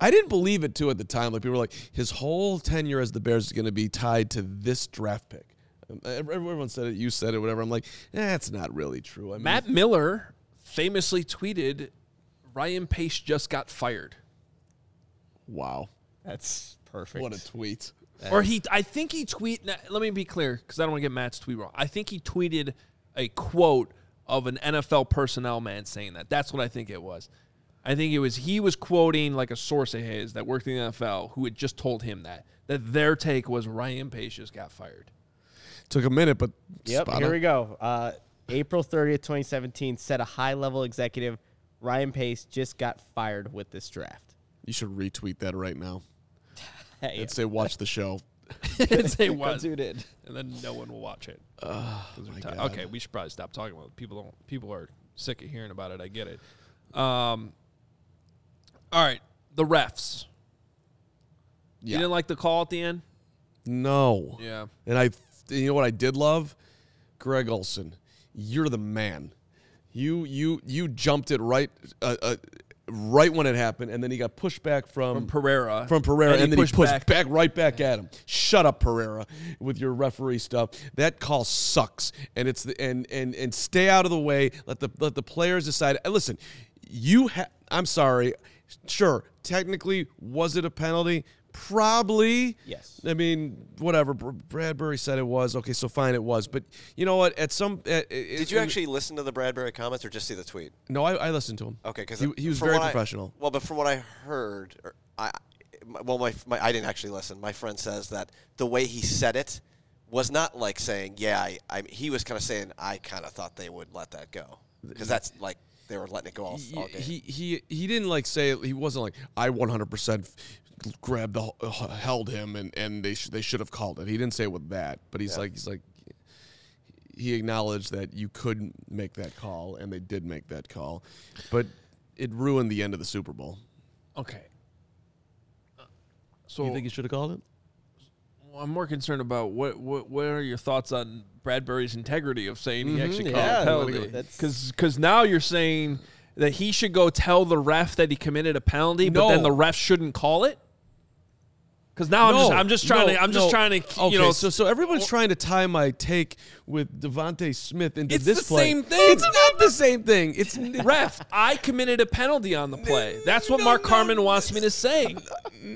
[SPEAKER 3] I didn't believe it too at the time. Like people were like, his whole tenure as the Bears is going to be tied to this draft pick. e, Um, ev- Everyone said it. You said it. Whatever. I'm like, eh, that's not really true. I mean,
[SPEAKER 1] Matt Miller famously tweeted, Ryan Pace just got fired.
[SPEAKER 3] Wow.
[SPEAKER 2] That's perfect.
[SPEAKER 3] What a tweet.
[SPEAKER 1] Or he, I think he tweet. now, Let me be clear, because I don't want to get Matt's tweet wrong. I think he tweeted a quote of an NFL personnel man saying that. That's what I think it was. I think it was he was quoting like a source of his that worked in the NFL who had just told him that that their take was Ryan Pace just got fired. (laughs)
[SPEAKER 3] Took a minute, but
[SPEAKER 2] Yep,
[SPEAKER 3] spot
[SPEAKER 2] here
[SPEAKER 3] on.
[SPEAKER 2] we go. Uh, April 30th, 2017, said a high level executive, Ryan Pace, just got fired with this draft.
[SPEAKER 3] You should retweet that right now
[SPEAKER 2] Hey,
[SPEAKER 3] and say, "Watch the show."
[SPEAKER 1] it
[SPEAKER 2] that's
[SPEAKER 1] was,
[SPEAKER 2] who did.
[SPEAKER 1] and then no one will watch it.
[SPEAKER 3] My
[SPEAKER 1] Ti-
[SPEAKER 3] God.
[SPEAKER 1] Okay, we should probably stop talking about it. people. Don't people are sick of hearing about it. I get it. Um, all right, the refs. You
[SPEAKER 3] Yeah.
[SPEAKER 1] didn't like the call at the end.
[SPEAKER 3] No.
[SPEAKER 1] Yeah.
[SPEAKER 3] And I, you know what I did love, Greg Olson. You're the man. You you you jumped it right, uh, uh, right when it happened, and then he got pushed back from,
[SPEAKER 1] Pereira.
[SPEAKER 3] From Pereira,
[SPEAKER 1] And
[SPEAKER 3] and,
[SPEAKER 1] he
[SPEAKER 3] then
[SPEAKER 1] pushed
[SPEAKER 3] he pushed
[SPEAKER 1] back.
[SPEAKER 3] back. right back at him. Shut up, Pereira, with your referee stuff. That call sucks, and it's the and and and stay out of the way. Let the let the players decide. Uh, Listen, you. Ha- I'm sorry. Sure, technically, was it a penalty? Probably.
[SPEAKER 2] Yes.
[SPEAKER 3] I mean, whatever. Br- Bradbury said it was. Okay, so fine, it was. But you know what? At some, at,
[SPEAKER 4] Did you actually listen to the Bradbury comments or just see the tweet?
[SPEAKER 3] No, I, I listened to him.
[SPEAKER 4] Okay, because
[SPEAKER 3] he, he was very professional.
[SPEAKER 4] well, but from what I heard, or I my- well, my, my I didn't actually listen. My friend says that the way he said it was not like saying, "Yeah," I, I he was kind of saying, "I kind of thought they would let that go," because that's like they were letting it go all, all game.
[SPEAKER 3] he, he he didn't like say he wasn't like I 100% f- grabbed the h- held him and and they sh- they should have called it. He didn't say it with that, but he's like he's like he acknowledged that you couldn't make that call and they did make that call. But it ruined the end of the Super Bowl.
[SPEAKER 1] Okay. Uh, So
[SPEAKER 3] he should have called it?
[SPEAKER 1] well, I'm more concerned about what, what what are your thoughts on Bradbury's integrity of saying he actually called
[SPEAKER 2] yeah,
[SPEAKER 1] a penalty?
[SPEAKER 2] that's-
[SPEAKER 1] Because now you're saying that he should go tell the ref that he committed a penalty, but then
[SPEAKER 3] No.
[SPEAKER 1] the ref shouldn't call it. Because now I'm just I'm just trying
[SPEAKER 3] no,
[SPEAKER 1] to I'm just
[SPEAKER 3] no.
[SPEAKER 1] trying to
[SPEAKER 3] Okay,
[SPEAKER 1] you know
[SPEAKER 3] so so everyone's trying to tie my take with Devonte Smith into
[SPEAKER 1] It's
[SPEAKER 3] this
[SPEAKER 1] the
[SPEAKER 3] play.
[SPEAKER 1] same thing.
[SPEAKER 3] It's not the same thing. It's
[SPEAKER 1] (laughs) ref I committed a penalty on the
[SPEAKER 3] (laughs)
[SPEAKER 1] play. That's what
[SPEAKER 3] no,
[SPEAKER 1] Mark
[SPEAKER 3] no.
[SPEAKER 1] Carmen wants me to
[SPEAKER 3] (laughs)
[SPEAKER 1] say.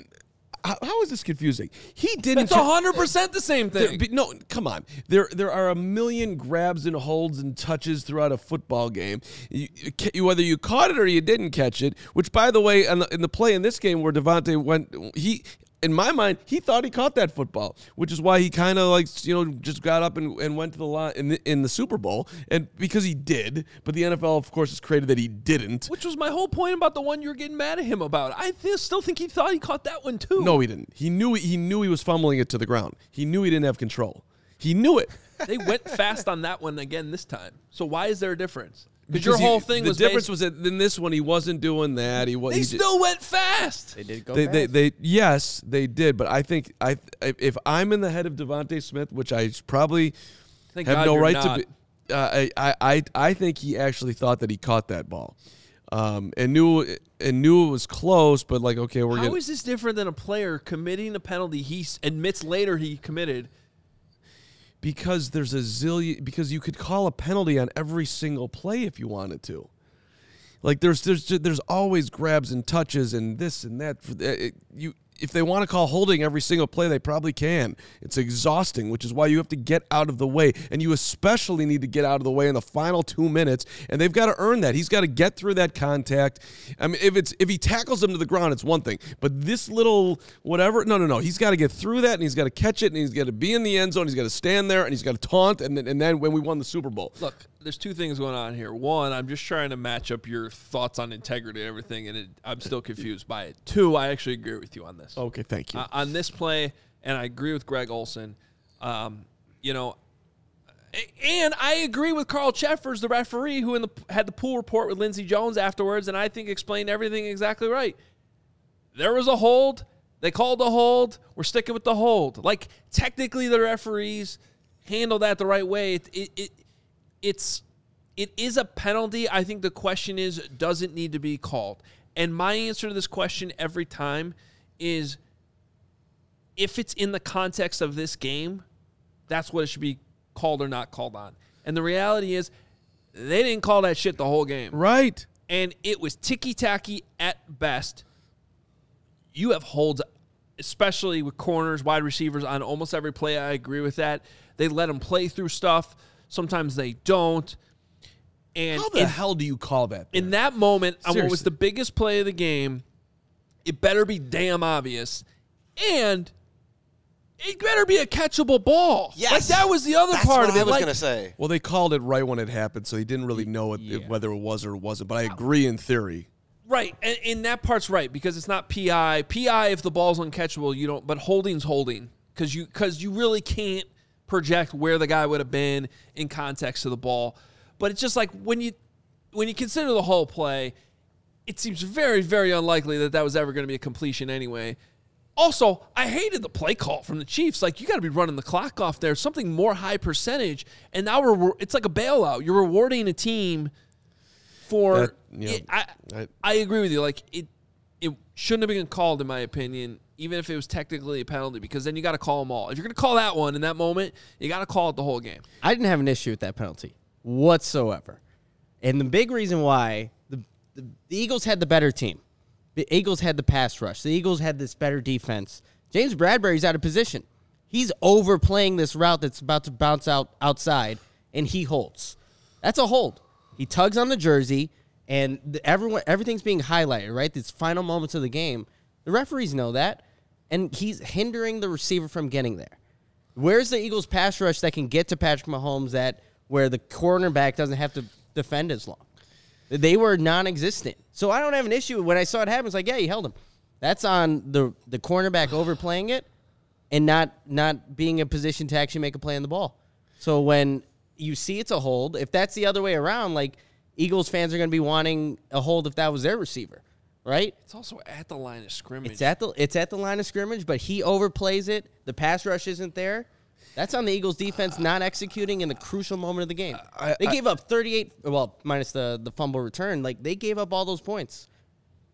[SPEAKER 3] (laughs) how, how is this confusing? He didn't.
[SPEAKER 1] It's hundred percent the same
[SPEAKER 3] There,
[SPEAKER 1] thing.
[SPEAKER 3] be- no, come on. There, there are a million grabs and holds and touches throughout a football game. You, you ca- you- whether you caught it or you didn't catch it. Which, by the way, in the, in the play in this game where Devontae went, he. In my mind, he thought he caught that football, which is why he kind of like you know just got up and, and went to the line in the, in the Super Bowl, and because he did, but the NFL of course is created that he didn't.
[SPEAKER 1] Which was my whole point about the one you were getting mad at him about. I th- still think he thought he caught that one too.
[SPEAKER 3] No, he didn't. He knew he knew he was fumbling it to the ground. He knew he didn't have control. He knew it.
[SPEAKER 1] they went fast on that one again this time. So why is there a difference? Because
[SPEAKER 3] Because
[SPEAKER 1] your
[SPEAKER 3] he-
[SPEAKER 1] whole thing
[SPEAKER 3] the
[SPEAKER 1] was
[SPEAKER 3] difference
[SPEAKER 1] based-
[SPEAKER 3] was that in this one he wasn't doing that. He was.
[SPEAKER 1] they still went fast.
[SPEAKER 2] They did go
[SPEAKER 3] They,
[SPEAKER 2] fast.
[SPEAKER 3] they, they, yes, they did. But I think I, if- if I'm in the head of Devonte Smith, which I probably
[SPEAKER 1] Thank
[SPEAKER 3] have
[SPEAKER 1] God
[SPEAKER 3] no
[SPEAKER 1] you're
[SPEAKER 3] right
[SPEAKER 1] not.
[SPEAKER 3] to be, uh, I, I, I, I think he actually thought that he caught that ball, um, and knew and knew it was close. But like, okay, we're
[SPEAKER 1] How
[SPEAKER 3] gonna.
[SPEAKER 1] is this different than a player committing a penalty he s- admits later he committed?
[SPEAKER 3] because there's a zillion because you could call a penalty on every single play if you wanted to. Like there's there's ju- there's always grabs and touches and this and that. For the- it- you if they want to call holding every single play, they probably can. It's exhausting, which is why you have to get out of the way, and you especially need to get out of the way in the final two minutes. And they've got to earn that. He's got to get through that contact. I mean, if it's if he tackles them to the ground, it's one thing, but this little whatever, no, no, no. He's got to get through that, and he's got to catch it, and he's got to be in the end zone. He's got to stand there, and he's got to taunt, and then, and then when we won the Super Bowl,
[SPEAKER 1] Look, there's two things going on here. One, I'm just trying to match up your thoughts on integrity and everything, and it, I'm still confused by it. Two, I actually agree with you on this.
[SPEAKER 3] okay, thank you.
[SPEAKER 1] uh, on this play, and I agree with Greg Olson. Um, you know, a- and I agree with Carl Cheffers, the referee who in the had the pool report with Lindsey Jones afterwards, and I think explained everything exactly right. There was a hold. They called the hold. We're sticking with the hold. Like technically, the referees handle that the right way. It, it, it it's it is a penalty. I think the question is, does it need to be called? And my answer to this question every time is if it's in the context of this game, that's what it should be called or not called on. And the reality is, They didn't call that shit the whole game.
[SPEAKER 3] Right.
[SPEAKER 1] and it was ticky tacky at best. You have holds, especially with corners, wide receivers on almost every play. I agree with that. They let them play through stuff. Sometimes they don't. And
[SPEAKER 5] How the
[SPEAKER 1] in,
[SPEAKER 5] hell do you call that?
[SPEAKER 1] in that moment, on what was
[SPEAKER 5] Seriously.
[SPEAKER 1] the biggest play of the game, it better be damn obvious, and it better be a catchable ball.
[SPEAKER 4] Yes.
[SPEAKER 1] like that was the other
[SPEAKER 4] That's
[SPEAKER 1] part
[SPEAKER 4] what
[SPEAKER 1] of it.
[SPEAKER 4] I was
[SPEAKER 1] like,
[SPEAKER 4] gonna say.
[SPEAKER 3] Well, they called it right when it happened, so he didn't really know it, whether it was or wasn't. But I agree in theory.
[SPEAKER 1] Right, and, and that part's right because it's not PI. PI if the ball's uncatchable, you don't. But holding's holding because you because you really can't project where the guy would have been in context to the ball. But it's just like when you when you consider the whole play, it seems very very unlikely that that was ever going to be a completion anyway. Also, I hated the play call from the Chiefs. Like you got to be running the clock off there, something more high percentage, and now we're, it's like a bailout. You're rewarding a team for.
[SPEAKER 3] That- yeah.
[SPEAKER 1] it- I,
[SPEAKER 3] I-
[SPEAKER 1] I agree with you. Like it, it shouldn't have been called, in my opinion, even if it was technically a penalty, because then you got to call them all. If you're going to call that one in that moment, you got to call it the whole game.
[SPEAKER 2] I didn't have an issue with that penalty whatsoever. And the big reason why the, the, the Eagles had the better team. The Eagles had the pass rush. The Eagles had this better defense. James Bradbury's out of position. He's overplaying this route that's about to bounce out outside, and he holds. That's a hold. He tugs on the jersey, and the, everyone everything's being highlighted. Right, these final moments of the game. The referees know that, and he's hindering the receiver from getting there. Where's the Eagles pass rush that can get to Patrick Mahomes that where the cornerback doesn't have to defend as long? They were non-existent. So I don't have an issue when I saw it happen. It's like, yeah, he held him. That's on the the cornerback overplaying it and not not being in a position to actually make a play on the ball. So when you see it's a hold, if that's the other way around, like Eagles fans are going to be wanting a hold if that was their receiver, right?
[SPEAKER 1] It's also at the line of scrimmage.
[SPEAKER 2] It's at the it's at the line of scrimmage, but he overplays it. The pass rush isn't there. That's on the Eagles defense
[SPEAKER 1] Uh,
[SPEAKER 2] not executing in the crucial moment of the game. they gave up 38 well, minus the the fumble return. Like they gave up all those points.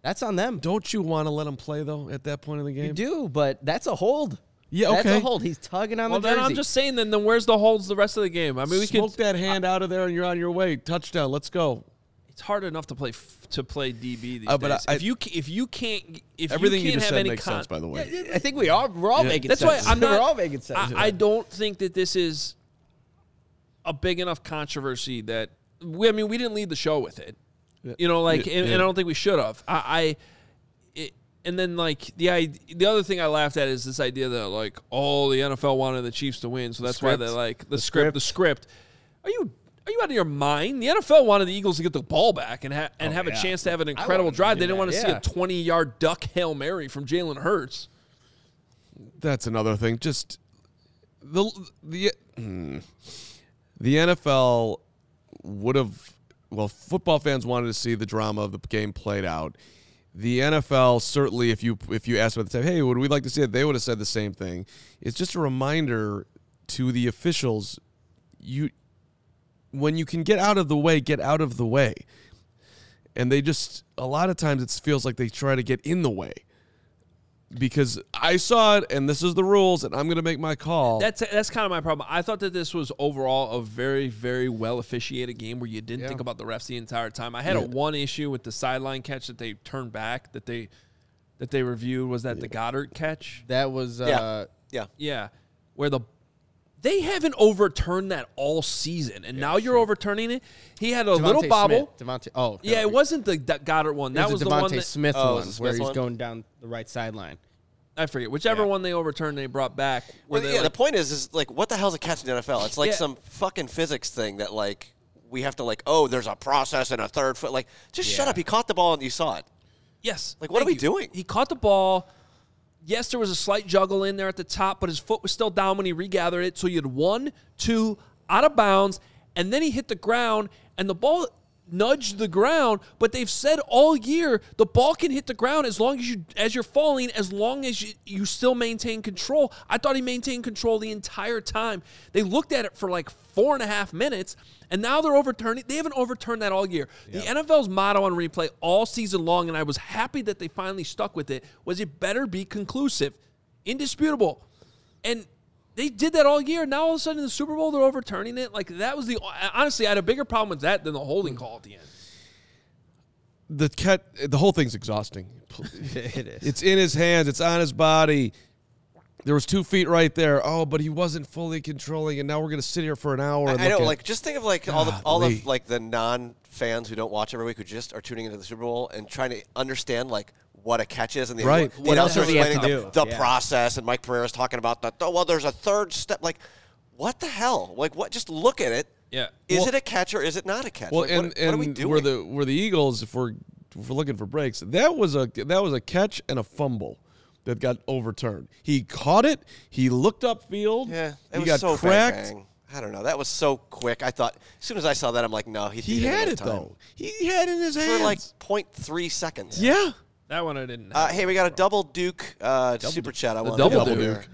[SPEAKER 2] That's on them.
[SPEAKER 3] Don't you want to let him play though at that point of the game?
[SPEAKER 2] You do, but that's a hold.
[SPEAKER 3] Yeah,
[SPEAKER 2] That's a
[SPEAKER 3] okay.
[SPEAKER 2] hold. He's tugging on
[SPEAKER 1] well,
[SPEAKER 2] the jersey.
[SPEAKER 1] then I'm just saying. Then, then where's the holds the rest of the game? I mean, we
[SPEAKER 3] Smoke
[SPEAKER 1] could.
[SPEAKER 3] that hand out of there, and you're on your way. Touchdown. Let's go.
[SPEAKER 1] It's hard enough to play f- to play DB these
[SPEAKER 3] Uh, but
[SPEAKER 1] days.
[SPEAKER 3] I-
[SPEAKER 1] if you ca- if you can't if
[SPEAKER 3] Everything
[SPEAKER 1] you
[SPEAKER 3] you
[SPEAKER 1] can't
[SPEAKER 3] just
[SPEAKER 1] have
[SPEAKER 3] said
[SPEAKER 1] any
[SPEAKER 3] makes
[SPEAKER 1] con-
[SPEAKER 3] sense, by the way.
[SPEAKER 2] I think we are we're all
[SPEAKER 3] Yeah.
[SPEAKER 2] making
[SPEAKER 1] That's why
[SPEAKER 2] sense.
[SPEAKER 1] I'm not.
[SPEAKER 2] we're all making sense.
[SPEAKER 1] I, I don't think that this is a big enough controversy that we, I mean we didn't lead the show with it. You know, like,
[SPEAKER 3] Yeah,
[SPEAKER 1] and,
[SPEAKER 3] yeah.
[SPEAKER 1] and I don't think we should have. I, I it, and then like the I, the other thing I laughed at is this idea that like all the NFL wanted the Chiefs to win, so that's why they
[SPEAKER 2] script.
[SPEAKER 1] like the, script, the script. Are you are you out of your mind? The NFL wanted the Eagles to get the ball back and ha- and have a chance to have an incredible
[SPEAKER 2] Oh, wanted them to
[SPEAKER 1] drive.
[SPEAKER 2] do
[SPEAKER 1] They didn't
[SPEAKER 2] that,
[SPEAKER 1] want to
[SPEAKER 2] yeah.
[SPEAKER 1] see a twenty yard duck hail mary from Jalen Hurts.
[SPEAKER 3] That's another thing. Just the the mm. the NFL would have well, football fans wanted to see the drama of the game played out. The NFL certainly, if you if you asked them at the time, hey, would we like to see it? They would have said the same thing. It's just a reminder to the officials, you when you can get out of the way, get out of the way. And they just a lot of times it feels like they try to get in the way because I saw it and this is the rules and I'm going to make my call.
[SPEAKER 1] That's that's kind of my problem. I thought that this was overall a very very well officiated game where you didn't think about the refs the entire time. I had a one issue with the sideline catch that they turned back that they that they reviewed was that the Goddard catch.
[SPEAKER 2] that was uh,
[SPEAKER 4] Yeah. Yeah.
[SPEAKER 1] Yeah, where the they haven't overturned that all season, and now you're overturning it. He had a little
[SPEAKER 2] Devontae
[SPEAKER 1] bobble.
[SPEAKER 2] Smith. Devontae, oh,
[SPEAKER 1] Yeah, it wasn't the D- Goddard one. That
[SPEAKER 2] That was
[SPEAKER 1] was,
[SPEAKER 2] a
[SPEAKER 1] the
[SPEAKER 2] Devontae
[SPEAKER 1] one that
[SPEAKER 2] Smith
[SPEAKER 4] Oh, it
[SPEAKER 2] one
[SPEAKER 4] was the
[SPEAKER 2] where
[SPEAKER 4] Smith
[SPEAKER 2] he's
[SPEAKER 4] one?
[SPEAKER 2] going down the right sideline. (laughs)
[SPEAKER 1] I forget. Whichever one they overturned, they brought back. where
[SPEAKER 4] Well,
[SPEAKER 1] they,
[SPEAKER 4] yeah, the
[SPEAKER 1] like-
[SPEAKER 4] point is, is like, what the hell's a catch in the NFL? It's like
[SPEAKER 1] Yeah.
[SPEAKER 4] some fucking physics thing that like we have to like, oh, there's a process and a third foot. Like, just shut up. He caught the ball and you saw it.
[SPEAKER 1] Yes.
[SPEAKER 4] Like, what are
[SPEAKER 1] Thank
[SPEAKER 4] we
[SPEAKER 1] you.
[SPEAKER 4] doing?
[SPEAKER 1] He caught the ball. Yes, there was a slight juggle in there at the top, but his foot was still down when he regathered it. So you had one, two, out of bounds, and then he hit the ground, and the ball nudged the ground. But they've said all year the ball can hit the ground as long as you as you're falling, as long as you, you still maintain control. I thought he maintained control the entire time. They looked at it for like four and a half minutes, and now they're overturning. They haven't overturned that all year. The NFL's motto on replay all season long, and I was happy that they finally stuck with it, was it better be conclusive, indisputable. And They did that all year. Now all of a sudden in the Super Bowl they're overturning it. Like that was the honestly I had a bigger problem with that than the holding
[SPEAKER 4] Hmm.
[SPEAKER 1] call at the end.
[SPEAKER 3] The cut. The whole thing's exhausting. (laughs)
[SPEAKER 2] it is.
[SPEAKER 3] It's in his hands. It's on his body. There was two feet right there. Oh, but he wasn't fully controlling, and now we're gonna sit here for an hour. And
[SPEAKER 4] I, I know,
[SPEAKER 3] look at-
[SPEAKER 4] like, just think of like all the all the
[SPEAKER 3] Golly.
[SPEAKER 4] like the non fans who don't watch every week who just are tuning into the Super Bowl and trying to understand like what a catch is and the,
[SPEAKER 3] Right.
[SPEAKER 4] the
[SPEAKER 3] What
[SPEAKER 2] else
[SPEAKER 4] announcer
[SPEAKER 2] do we have
[SPEAKER 4] explaining
[SPEAKER 2] to
[SPEAKER 4] the,
[SPEAKER 2] do?
[SPEAKER 4] the
[SPEAKER 2] Yeah.
[SPEAKER 4] process and Mike Pereira's talking about the oh, well, there's a third step. Like, what the hell? Like, what? Just look at it.
[SPEAKER 1] Yeah.
[SPEAKER 4] Is
[SPEAKER 3] Well-
[SPEAKER 4] it a catch or is it not a catch?
[SPEAKER 3] Well,
[SPEAKER 4] Like,
[SPEAKER 3] and
[SPEAKER 4] what,
[SPEAKER 3] and
[SPEAKER 4] what are we doing?
[SPEAKER 3] where the where the Eagles, if we're if we're looking for breaks, that was a that was a catch and a fumble that got overturned. He caught it. He looked upfield.
[SPEAKER 4] yeah, it
[SPEAKER 3] he
[SPEAKER 4] was
[SPEAKER 3] got
[SPEAKER 4] so bang,
[SPEAKER 3] cracked.
[SPEAKER 4] bang. I don't know. That was so quick. I thought as soon as I saw that, I'm like, no, he
[SPEAKER 3] He
[SPEAKER 4] beat
[SPEAKER 3] had
[SPEAKER 4] in
[SPEAKER 3] it
[SPEAKER 4] time.
[SPEAKER 3] though. He had it in his hands.
[SPEAKER 4] for like 0.3 seconds.
[SPEAKER 3] yeah.
[SPEAKER 1] That one I didn't.
[SPEAKER 4] Uh,
[SPEAKER 1] have.
[SPEAKER 4] hey, we got a double Duke uh, super chat. I
[SPEAKER 1] the
[SPEAKER 4] want
[SPEAKER 1] double
[SPEAKER 3] Duke.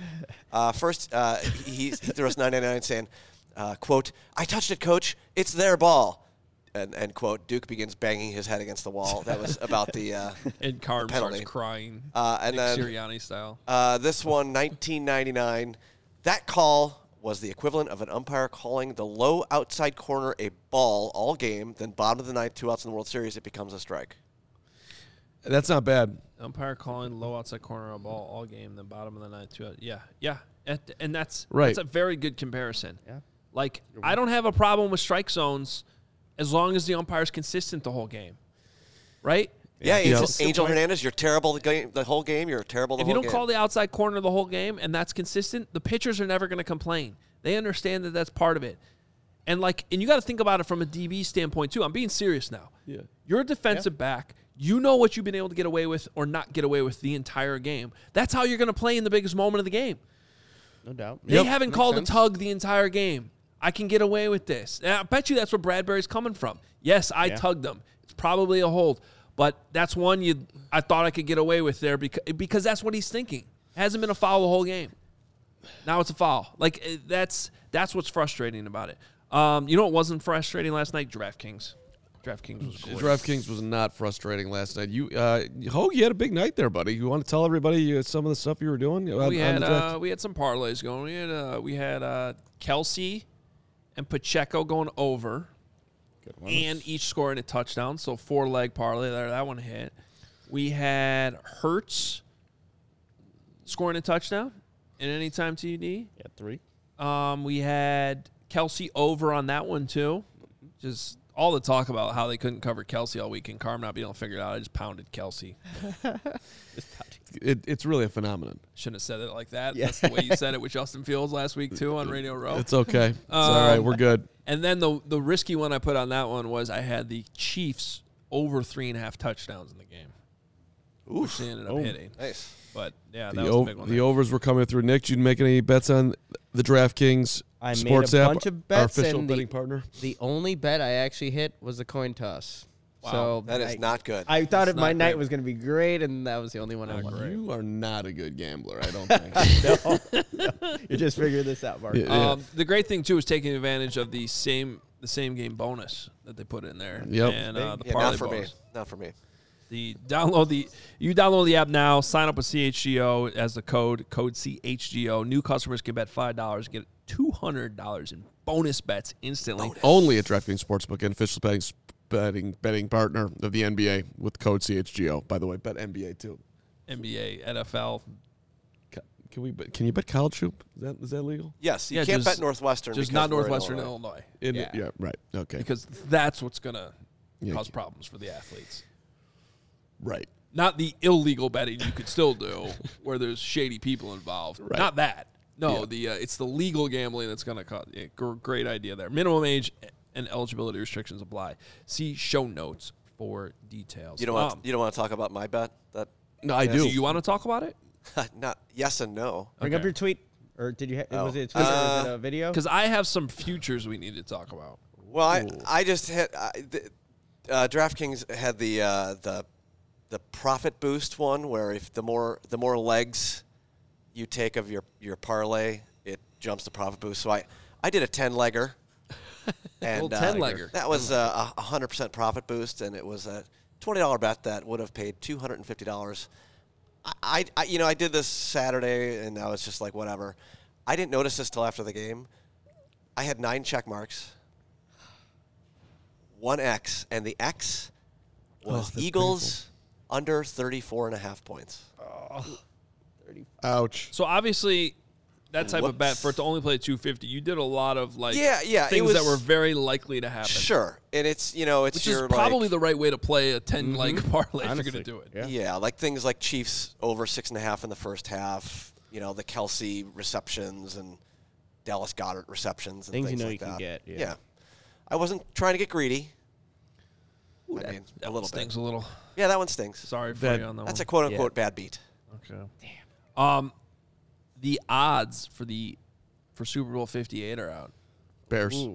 [SPEAKER 4] Uh, first, uh, he, he threw us 999 saying, uh, "quote I touched it, coach. It's their ball." And end quote. Duke begins banging his head against the wall. That was about
[SPEAKER 1] (laughs)
[SPEAKER 4] the. Uh,
[SPEAKER 1] and Carm starts
[SPEAKER 4] penalty.
[SPEAKER 1] crying,
[SPEAKER 4] Uh, and
[SPEAKER 1] Nick
[SPEAKER 4] then-
[SPEAKER 1] Sirianni style.
[SPEAKER 4] uh, this one, 1999. That call was the equivalent of an umpire calling the low outside corner a ball all game. Then bottom of the ninth, two outs in the World Series, it becomes a strike.
[SPEAKER 3] That's not bad.
[SPEAKER 1] Umpire calling low outside corner on ball all game, then bottom of the ninth. Two out. Yeah, yeah, and, and that's
[SPEAKER 3] Right.
[SPEAKER 1] That's a very good comparison. Yeah. Like I don't have a problem with strike zones as long as the umpire's consistent the whole game, right?
[SPEAKER 4] Yeah,
[SPEAKER 3] Yeah.
[SPEAKER 4] Angel, Angel Hernandez, you're terrible the, game, the whole game. You're terrible the
[SPEAKER 1] If you
[SPEAKER 4] whole
[SPEAKER 1] don't
[SPEAKER 4] game.
[SPEAKER 1] call the outside corner the whole game and that's consistent, the pitchers are never going to complain. They understand that that's part of it. And like, and you got to think about it from a DB standpoint too. I'm being serious now.
[SPEAKER 3] Yeah.
[SPEAKER 1] You're a defensive back. You know what you've been able to get away with or not get away with the entire game. That's how you're going to play in the biggest moment of the game.
[SPEAKER 2] No doubt.
[SPEAKER 1] They haven't called a tug the entire game. I can get away with this. And I bet you that's where Bradbury's coming from. Yes, I tugged them. It's probably a hold, but that's one you I thought I could get away with there because because that's what he's thinking. hasn't been a foul the whole game. Now it's a foul. Like eh, that's that's what's frustrating about it. Um, you know what wasn't frustrating last night? DraftKings. DraftKings was great.
[SPEAKER 3] DraftKings was not frustrating last night. You, uh, Ho, you had a big night there, buddy. You want to tell everybody uh, some of the stuff you were doing? on-
[SPEAKER 1] we
[SPEAKER 3] on
[SPEAKER 1] had
[SPEAKER 3] the draft?
[SPEAKER 1] uh, we had some parlays going. We had uh, we had uh, Kelsey and Pacheco going over, and each scoring a touchdown. So four leg parlay there. That one hit. We had Hertz scoring a touchdown in any time TD.
[SPEAKER 2] Yeah, three.
[SPEAKER 1] Um, we had Kelsey over on that one too. Just all the talk about how they couldn't cover Kelsey all week and Carm not being able to figure it out. I just pounded Kelsey.
[SPEAKER 3] it, it's really a phenomenon.
[SPEAKER 1] Shouldn't have said it like that. That's the way you said it with Justin Fields last week too on Radio Row. (laughs)
[SPEAKER 3] It's okay. It's all
[SPEAKER 1] Um,
[SPEAKER 3] right. We're good.
[SPEAKER 1] And then the the risky one I put on that one was I had the Chiefs over three and a half touchdowns in the game, which they ended up hitting.
[SPEAKER 4] Nice.
[SPEAKER 1] But yeah, that
[SPEAKER 3] Oh. The,
[SPEAKER 1] was
[SPEAKER 3] o-
[SPEAKER 1] a big one.
[SPEAKER 3] the
[SPEAKER 1] there.
[SPEAKER 3] overs were coming through. Nick, you make any bets on the DraftKings
[SPEAKER 2] I made
[SPEAKER 3] sports
[SPEAKER 2] a
[SPEAKER 3] app?
[SPEAKER 2] bunch of bets
[SPEAKER 3] Our official
[SPEAKER 2] and the- (laughs)
[SPEAKER 3] betting partner.
[SPEAKER 2] The only bet I actually hit was the coin toss. So
[SPEAKER 4] That is
[SPEAKER 2] I,
[SPEAKER 4] not good.
[SPEAKER 2] I thought it, my
[SPEAKER 1] not
[SPEAKER 2] night
[SPEAKER 1] great.
[SPEAKER 2] was going to be great, and that was the only one I (laughs) won.
[SPEAKER 3] You are not a good gambler. I don't think.
[SPEAKER 1] (laughs)
[SPEAKER 2] (laughs) You just figured this out, Mark.
[SPEAKER 3] Yeah, yeah.
[SPEAKER 1] Um, the great thing too is taking advantage of the same the same game bonus that they put in there.
[SPEAKER 3] Yep.
[SPEAKER 1] And uh, the
[SPEAKER 4] yeah,
[SPEAKER 1] parlay
[SPEAKER 4] not for
[SPEAKER 1] bonus.
[SPEAKER 4] me. Not for me.
[SPEAKER 1] The download the you download the app now. Sign up with CHGO as the code code CHGO. New customers can bet five dollars, get two hundred dollars in bonus bets instantly.
[SPEAKER 3] Only at DraftKings Sportsbook, an official betting betting betting partner of the NBA with code CHGO. By the way, bet NBA too.
[SPEAKER 1] NBA, NFL,
[SPEAKER 3] Ca- Can we? Bet, can you bet college hoop? Is that is that legal?
[SPEAKER 4] Yes, you
[SPEAKER 1] Yeah,
[SPEAKER 4] can't
[SPEAKER 1] just-
[SPEAKER 4] bet Northwestern.
[SPEAKER 1] just
[SPEAKER 4] because
[SPEAKER 1] not
[SPEAKER 4] we're in
[SPEAKER 1] Northwestern
[SPEAKER 4] Illinois.
[SPEAKER 1] Illinois.
[SPEAKER 3] It-
[SPEAKER 2] Yeah.
[SPEAKER 3] yeah. Right. Okay.
[SPEAKER 1] because that's what's going to
[SPEAKER 3] Yeah,
[SPEAKER 1] cause
[SPEAKER 3] you-
[SPEAKER 1] problems for the athletes.
[SPEAKER 3] right.
[SPEAKER 1] Not the illegal betting you could still
[SPEAKER 3] (laughs)
[SPEAKER 1] do where there's shady people involved.
[SPEAKER 3] Right.
[SPEAKER 1] Not that. No, the uh, it's the legal gambling that's going to cause. Yeah, gr- great idea there. Minimum age and eligibility restrictions apply. See show notes for details.
[SPEAKER 4] You don't want
[SPEAKER 1] Um,
[SPEAKER 4] you don't want to talk about my bet. That
[SPEAKER 3] No, I
[SPEAKER 4] Yes.
[SPEAKER 3] do.
[SPEAKER 1] do you want to talk about it?
[SPEAKER 4] (laughs) not yes and no.
[SPEAKER 2] Bring up
[SPEAKER 1] Okay. Uh,
[SPEAKER 2] your tweet, or did you? Ha-
[SPEAKER 4] Oh.
[SPEAKER 2] Was it a tweet or was it a video?
[SPEAKER 1] Because I have some futures we need to talk about.
[SPEAKER 4] Well, I, I just hit I, the, uh, DraftKings had the uh, the the profit boost one where if the more the more legs you take of your your parlay, it jumps the profit boost. So I I did a ten legger. And
[SPEAKER 1] Little 10-legger.
[SPEAKER 4] that was uh, a hundred percent profit boost, and it was a twenty dollar bet that would have paid two hundred and fifty dollars. I, I, you know, I did this Saturday, and I was just like, whatever. I didn't notice this till after the game. I had nine check marks, one X, and the X
[SPEAKER 1] Oh,
[SPEAKER 4] was Eagles under 34 and a half points.
[SPEAKER 3] Ouch.
[SPEAKER 1] So obviously, that type of bet
[SPEAKER 4] Whoops.
[SPEAKER 1] for it to only play 250, you did a lot of like
[SPEAKER 4] Yeah, yeah, it
[SPEAKER 1] things that
[SPEAKER 4] was-
[SPEAKER 1] were very likely to happen.
[SPEAKER 4] Sure. And it's, you know, it's
[SPEAKER 1] Which is
[SPEAKER 4] your
[SPEAKER 1] probably
[SPEAKER 4] like, Mm-hmm.
[SPEAKER 1] the right way to play a 10 leg (laughs) parlay if you're
[SPEAKER 3] Honestly,
[SPEAKER 1] going to do it.
[SPEAKER 3] yeah.
[SPEAKER 4] Yeah, like things like Chiefs over six and a half in the first half. You know, the Kelsey receptions and Dallas Goddard receptions and
[SPEAKER 2] Things
[SPEAKER 4] things,
[SPEAKER 2] you know
[SPEAKER 4] like
[SPEAKER 2] you can
[SPEAKER 4] that.
[SPEAKER 2] get, yeah.
[SPEAKER 4] I wasn't trying to get greedy. I mean,
[SPEAKER 1] That
[SPEAKER 4] a
[SPEAKER 1] one
[SPEAKER 4] little bit.
[SPEAKER 1] stings a little.
[SPEAKER 4] Yeah, that one stings.
[SPEAKER 1] Sorry for
[SPEAKER 3] That-
[SPEAKER 1] you on that
[SPEAKER 4] That's a
[SPEAKER 1] one.
[SPEAKER 4] quote unquote bad beat.
[SPEAKER 1] okay. Damn. Um, the odds for the for Super Bowl 58 are out.
[SPEAKER 3] Bears.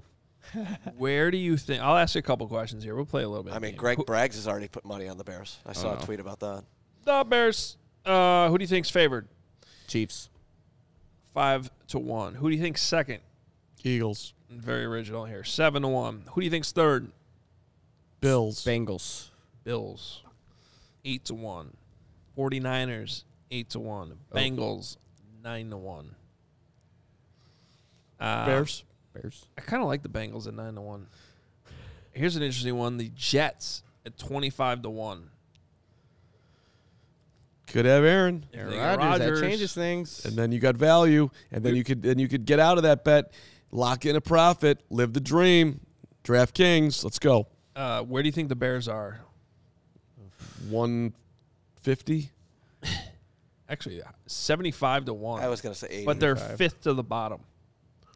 [SPEAKER 1] Where do you think? I'll ask you a couple questions here. We'll play a little bit.
[SPEAKER 4] I
[SPEAKER 1] of
[SPEAKER 4] mean,
[SPEAKER 1] game.
[SPEAKER 4] Greg
[SPEAKER 1] Who-
[SPEAKER 4] Braggs has already put money on the Bears. I saw
[SPEAKER 1] Oh.
[SPEAKER 4] a tweet about that.
[SPEAKER 1] the Bears. Uh, who do you think's favored?
[SPEAKER 2] Chiefs.
[SPEAKER 1] Five to one. Who do you think's second?
[SPEAKER 3] Eagles.
[SPEAKER 1] Very original here. Seven to one. Who do you think's third?
[SPEAKER 3] Bills.
[SPEAKER 2] Bengals.
[SPEAKER 1] Bills, eight to one. 49ers, eight to one.
[SPEAKER 2] Oh.
[SPEAKER 1] Bengals, nine to one. Uh,
[SPEAKER 3] Bears.
[SPEAKER 2] Bears.
[SPEAKER 1] I kind of like the Bengals at nine to one. Here's an interesting one: the Jets at twenty-five to one.
[SPEAKER 3] Could have Aaron.
[SPEAKER 1] They
[SPEAKER 2] Rodgers,
[SPEAKER 1] got
[SPEAKER 2] That
[SPEAKER 1] Rodgers.
[SPEAKER 2] changes things.
[SPEAKER 3] And then you got value. And then you could and you could get out of that bet. Lock in a profit. Live the dream. DraftKings. Let's go.
[SPEAKER 1] Uh, where do you think the Bears are?
[SPEAKER 3] One fifty.
[SPEAKER 1] Actually, seventy-five to one.
[SPEAKER 4] I was going to say eight.
[SPEAKER 1] but they're fifth to the bottom.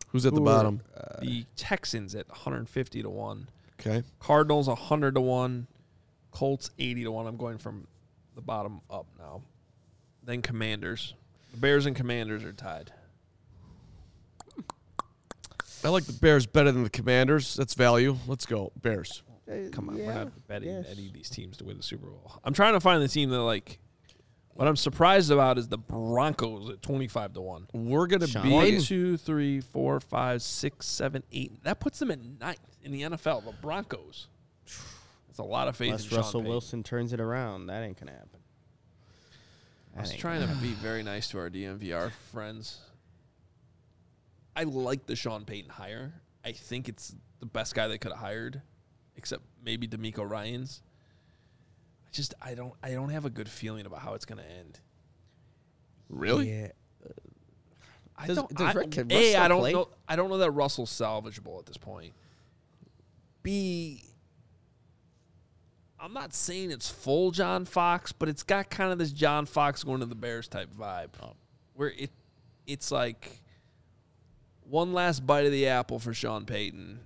[SPEAKER 3] Who's at the
[SPEAKER 2] Who are-
[SPEAKER 3] bottom?
[SPEAKER 2] Uh,
[SPEAKER 1] the Texans at one hundred fifty to one.
[SPEAKER 3] Okay.
[SPEAKER 1] Cardinals 100 to 1, Colts 80 to 1. I'm going from the bottom up now. Then Commanders. The Bears and Commanders are tied.
[SPEAKER 3] I like the Bears better than the Commanders. That's value. Let's go. Bears.
[SPEAKER 1] Come on, we're
[SPEAKER 2] yeah,
[SPEAKER 1] not betting
[SPEAKER 2] yes.
[SPEAKER 1] any of these teams to win the Super Bowl. I'm trying to find the team that like what I'm surprised about is the Broncos at 25 to 1.
[SPEAKER 3] We're gonna
[SPEAKER 2] Sean.
[SPEAKER 3] be
[SPEAKER 1] One, two, three, four, five, six, seven, eight. That puts them at ninth in the NFL. The Broncos. That's a lot of faith in
[SPEAKER 2] Unless
[SPEAKER 1] Sean
[SPEAKER 2] Russell
[SPEAKER 1] Payton.
[SPEAKER 2] Wilson turns it around, that ain't gonna happen.
[SPEAKER 1] I was
[SPEAKER 2] That ain't
[SPEAKER 1] trying to be very nice to our DMVR friends. I like the Sean Payton hire. I think it's the best guy they could have hired, except maybe D'Amico Ryan's. I just I don't I don't have a good feeling about how it's going to end.
[SPEAKER 3] really.
[SPEAKER 2] Yeah.
[SPEAKER 1] I
[SPEAKER 2] Does-
[SPEAKER 1] don't.
[SPEAKER 2] does
[SPEAKER 1] I,
[SPEAKER 2] Rick- can Russ
[SPEAKER 1] a
[SPEAKER 2] still
[SPEAKER 1] I don't
[SPEAKER 2] play?
[SPEAKER 1] know. I don't know that Russell's salvageable at this point. B. I'm not saying it's full John Fox, but it's got kind of this John Fox going to the Bears type vibe,
[SPEAKER 2] Oh.
[SPEAKER 1] where it, it's like one last bite of the apple for Sean Payton.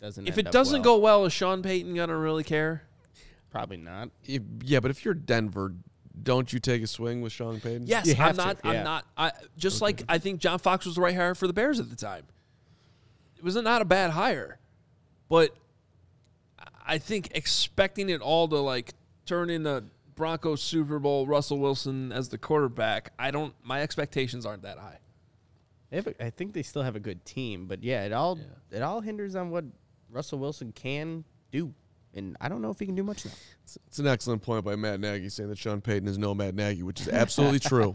[SPEAKER 2] Doesn't
[SPEAKER 1] If
[SPEAKER 2] end
[SPEAKER 1] it
[SPEAKER 2] up
[SPEAKER 1] doesn't
[SPEAKER 2] well.
[SPEAKER 1] go well, is Sean Payton gonna really care?
[SPEAKER 2] probably not.
[SPEAKER 3] If- Yeah, but if you're Denver, don't you take a swing with Sean Payton?
[SPEAKER 1] Yes,
[SPEAKER 2] You
[SPEAKER 1] I'm
[SPEAKER 2] have to,
[SPEAKER 1] not.
[SPEAKER 2] yeah.
[SPEAKER 1] I'm not. I just like I think John Fox was the right hire for the Bears at the time. It was not a bad hire, but I think expecting it all to like turn into Broncos Super Bowl Russell Wilson as the quarterback, I don't. My expectations aren't that high.
[SPEAKER 2] They have a, I think they still have a good team, but yeah, it all it all hinders on what Russell Wilson can do, and I don't know if he can do much now.
[SPEAKER 3] It's- It's an excellent point by Matt Nagy saying that Sean Payton is no Matt Nagy, which is
[SPEAKER 2] (laughs)
[SPEAKER 3] absolutely true.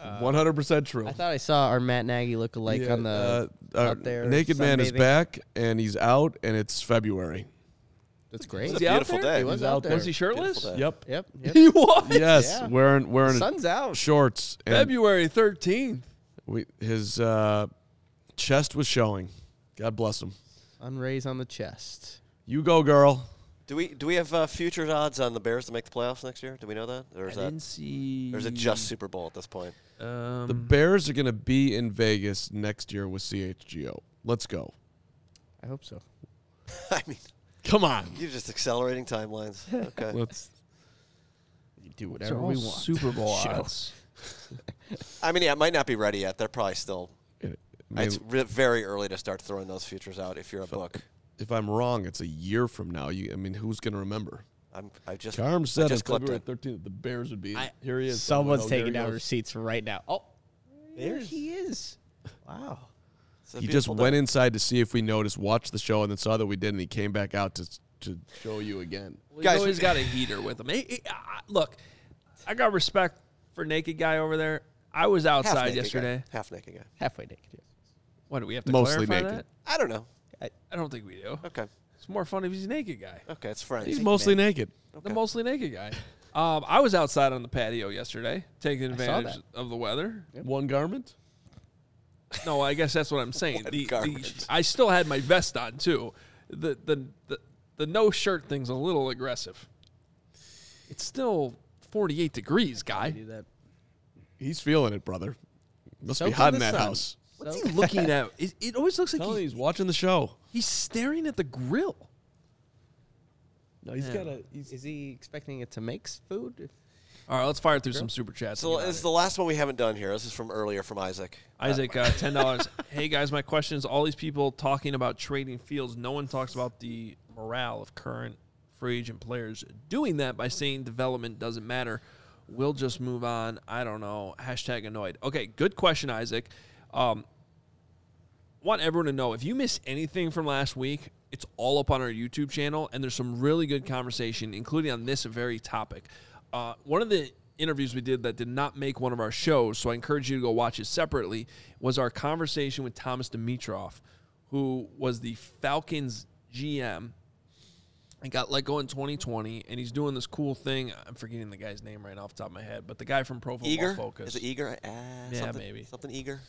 [SPEAKER 3] 100% true.
[SPEAKER 2] I thought I saw our Matt Nagy lookalike
[SPEAKER 3] Uh, Yeah,
[SPEAKER 2] on the
[SPEAKER 3] uh, our
[SPEAKER 2] out there
[SPEAKER 3] Naked Man is
[SPEAKER 2] sunbathing.
[SPEAKER 3] back and he's out and it's February.
[SPEAKER 2] That's great.
[SPEAKER 1] Was he out
[SPEAKER 4] beautiful
[SPEAKER 1] there?
[SPEAKER 4] day.
[SPEAKER 2] He was out there.
[SPEAKER 1] Was he shirtless?
[SPEAKER 4] Beautiful day.
[SPEAKER 3] Uh, Yep.
[SPEAKER 2] (laughs) Yep.
[SPEAKER 1] (laughs)
[SPEAKER 2] yep.
[SPEAKER 1] He was
[SPEAKER 3] (laughs) Yes,
[SPEAKER 2] Yeah.
[SPEAKER 3] wearing wearing
[SPEAKER 2] Sun's out.
[SPEAKER 3] shorts and
[SPEAKER 1] February 13th.
[SPEAKER 3] we, his uh, chest was showing. God bless him.
[SPEAKER 2] Sun rays (laughs) on the chest.
[SPEAKER 3] You go, girl.
[SPEAKER 4] Do we do we have uh, futures odds on the Bears to make the playoffs next year? Do we know that, or
[SPEAKER 1] I
[SPEAKER 4] is that
[SPEAKER 1] didn't see.
[SPEAKER 4] or is it just Super Bowl at this point?
[SPEAKER 1] um,
[SPEAKER 3] The Bears are going to be in Vegas next year with CHGO. Let's go.
[SPEAKER 2] I hope so.
[SPEAKER 4] I mean,
[SPEAKER 3] Come on.
[SPEAKER 4] (laughs) you're just accelerating timelines. Okay,
[SPEAKER 2] (laughs)
[SPEAKER 3] Let's
[SPEAKER 2] You do
[SPEAKER 1] these are
[SPEAKER 2] whatever
[SPEAKER 1] all
[SPEAKER 2] we want.
[SPEAKER 1] Super (laughs) Bowl
[SPEAKER 2] Show.
[SPEAKER 1] odds.
[SPEAKER 4] I mean, yeah, it might not be ready yet. They're probably still.
[SPEAKER 3] I mean,
[SPEAKER 4] It's re- very early to start throwing those futures out if you're a book.
[SPEAKER 3] if I'm wrong, it's a year from now. You, I mean, who's going to remember?
[SPEAKER 4] I'm. I just.
[SPEAKER 3] Carm
[SPEAKER 4] I
[SPEAKER 3] said on
[SPEAKER 4] just clipped
[SPEAKER 3] February
[SPEAKER 4] it.
[SPEAKER 3] 13th the Bears would be.
[SPEAKER 1] I-
[SPEAKER 3] here he is.
[SPEAKER 2] Someone's
[SPEAKER 3] Oh, there
[SPEAKER 2] taking
[SPEAKER 3] he
[SPEAKER 2] down
[SPEAKER 3] goes.
[SPEAKER 2] receipts right now. Oh, there he is. Wow.
[SPEAKER 4] It's a
[SPEAKER 3] He just
[SPEAKER 4] beautiful
[SPEAKER 3] went
[SPEAKER 4] day.
[SPEAKER 3] inside to see if we noticed, watched the show, and then saw that we didn't. And he came back out to to show you again.
[SPEAKER 1] Well,
[SPEAKER 4] Guys,
[SPEAKER 1] you know
[SPEAKER 4] we-
[SPEAKER 1] he's got a heater with him. He- he- I- I- look, I got respect for naked guy over there. I was
[SPEAKER 4] Half
[SPEAKER 1] outside
[SPEAKER 4] naked guy.
[SPEAKER 1] yesterday.
[SPEAKER 4] Half naked guy.
[SPEAKER 2] halfway naked. Yes.
[SPEAKER 1] What do we have to
[SPEAKER 3] Mostly
[SPEAKER 1] clarify
[SPEAKER 3] naked.
[SPEAKER 1] that?
[SPEAKER 4] I don't know.
[SPEAKER 1] I don't think we do.
[SPEAKER 4] Okay.
[SPEAKER 1] It's more fun if he's a naked guy.
[SPEAKER 4] Okay, it's friends.
[SPEAKER 3] He's mostly naked.
[SPEAKER 1] The mostly naked guy. Um, I was outside on the patio yesterday, taking advantage
[SPEAKER 2] that.
[SPEAKER 1] of the weather.
[SPEAKER 3] One garment.
[SPEAKER 1] No, I guess that's what
[SPEAKER 4] (laughs)
[SPEAKER 1] I'm saying.
[SPEAKER 4] What
[SPEAKER 1] the, the,
[SPEAKER 4] garbage.
[SPEAKER 1] I still had my vest on too. The, the the the no shirt thing's a little aggressive. It's still 48 degrees, guy.
[SPEAKER 2] Do that.
[SPEAKER 3] He's feeling it, brother. Must
[SPEAKER 2] Soak
[SPEAKER 3] be
[SPEAKER 2] in
[SPEAKER 3] hot
[SPEAKER 2] the
[SPEAKER 3] in that
[SPEAKER 2] sun.
[SPEAKER 3] house.
[SPEAKER 1] What's he
[SPEAKER 4] (laughs)
[SPEAKER 1] looking at? It, it always looks like
[SPEAKER 3] Tell him
[SPEAKER 1] he,
[SPEAKER 3] he's watching the show.
[SPEAKER 1] he's staring at the grill.
[SPEAKER 3] No, he's got a.
[SPEAKER 2] Is he expecting it to make food? If-
[SPEAKER 1] All right, let's fire through some super chats.
[SPEAKER 4] So
[SPEAKER 1] and get
[SPEAKER 4] this
[SPEAKER 1] out
[SPEAKER 4] is
[SPEAKER 1] of
[SPEAKER 4] the last one we haven't done here. This is from earlier from Isaac.
[SPEAKER 1] here. Isaac,
[SPEAKER 4] (laughs)
[SPEAKER 1] uh, ten dollars. hey guys, my question is: All these people talking about trading fields, no one talks about the morale of current free agent players doing that by saying development doesn't matter. We'll just move on. I don't know. Hashtag annoyed. Okay, good question, Isaac. Um, want everyone to know if you miss anything from last week, it's all up on our YouTube channel, and there's some really good conversation, including on this very topic. Uh, one of the interviews we did that did not make one of our shows, so I encourage you to go watch it separately, was our conversation with Thomas Dimitrov, who was the Falcons GM and got let go in 2020, and he's doing this cool thing. I'm forgetting the guy's name right off the top of my head, but the guy from Pro Football
[SPEAKER 4] Eager?
[SPEAKER 1] Focus.
[SPEAKER 4] Is it eager? Uh,
[SPEAKER 1] Yeah,
[SPEAKER 4] something,
[SPEAKER 1] maybe.
[SPEAKER 4] Something eager.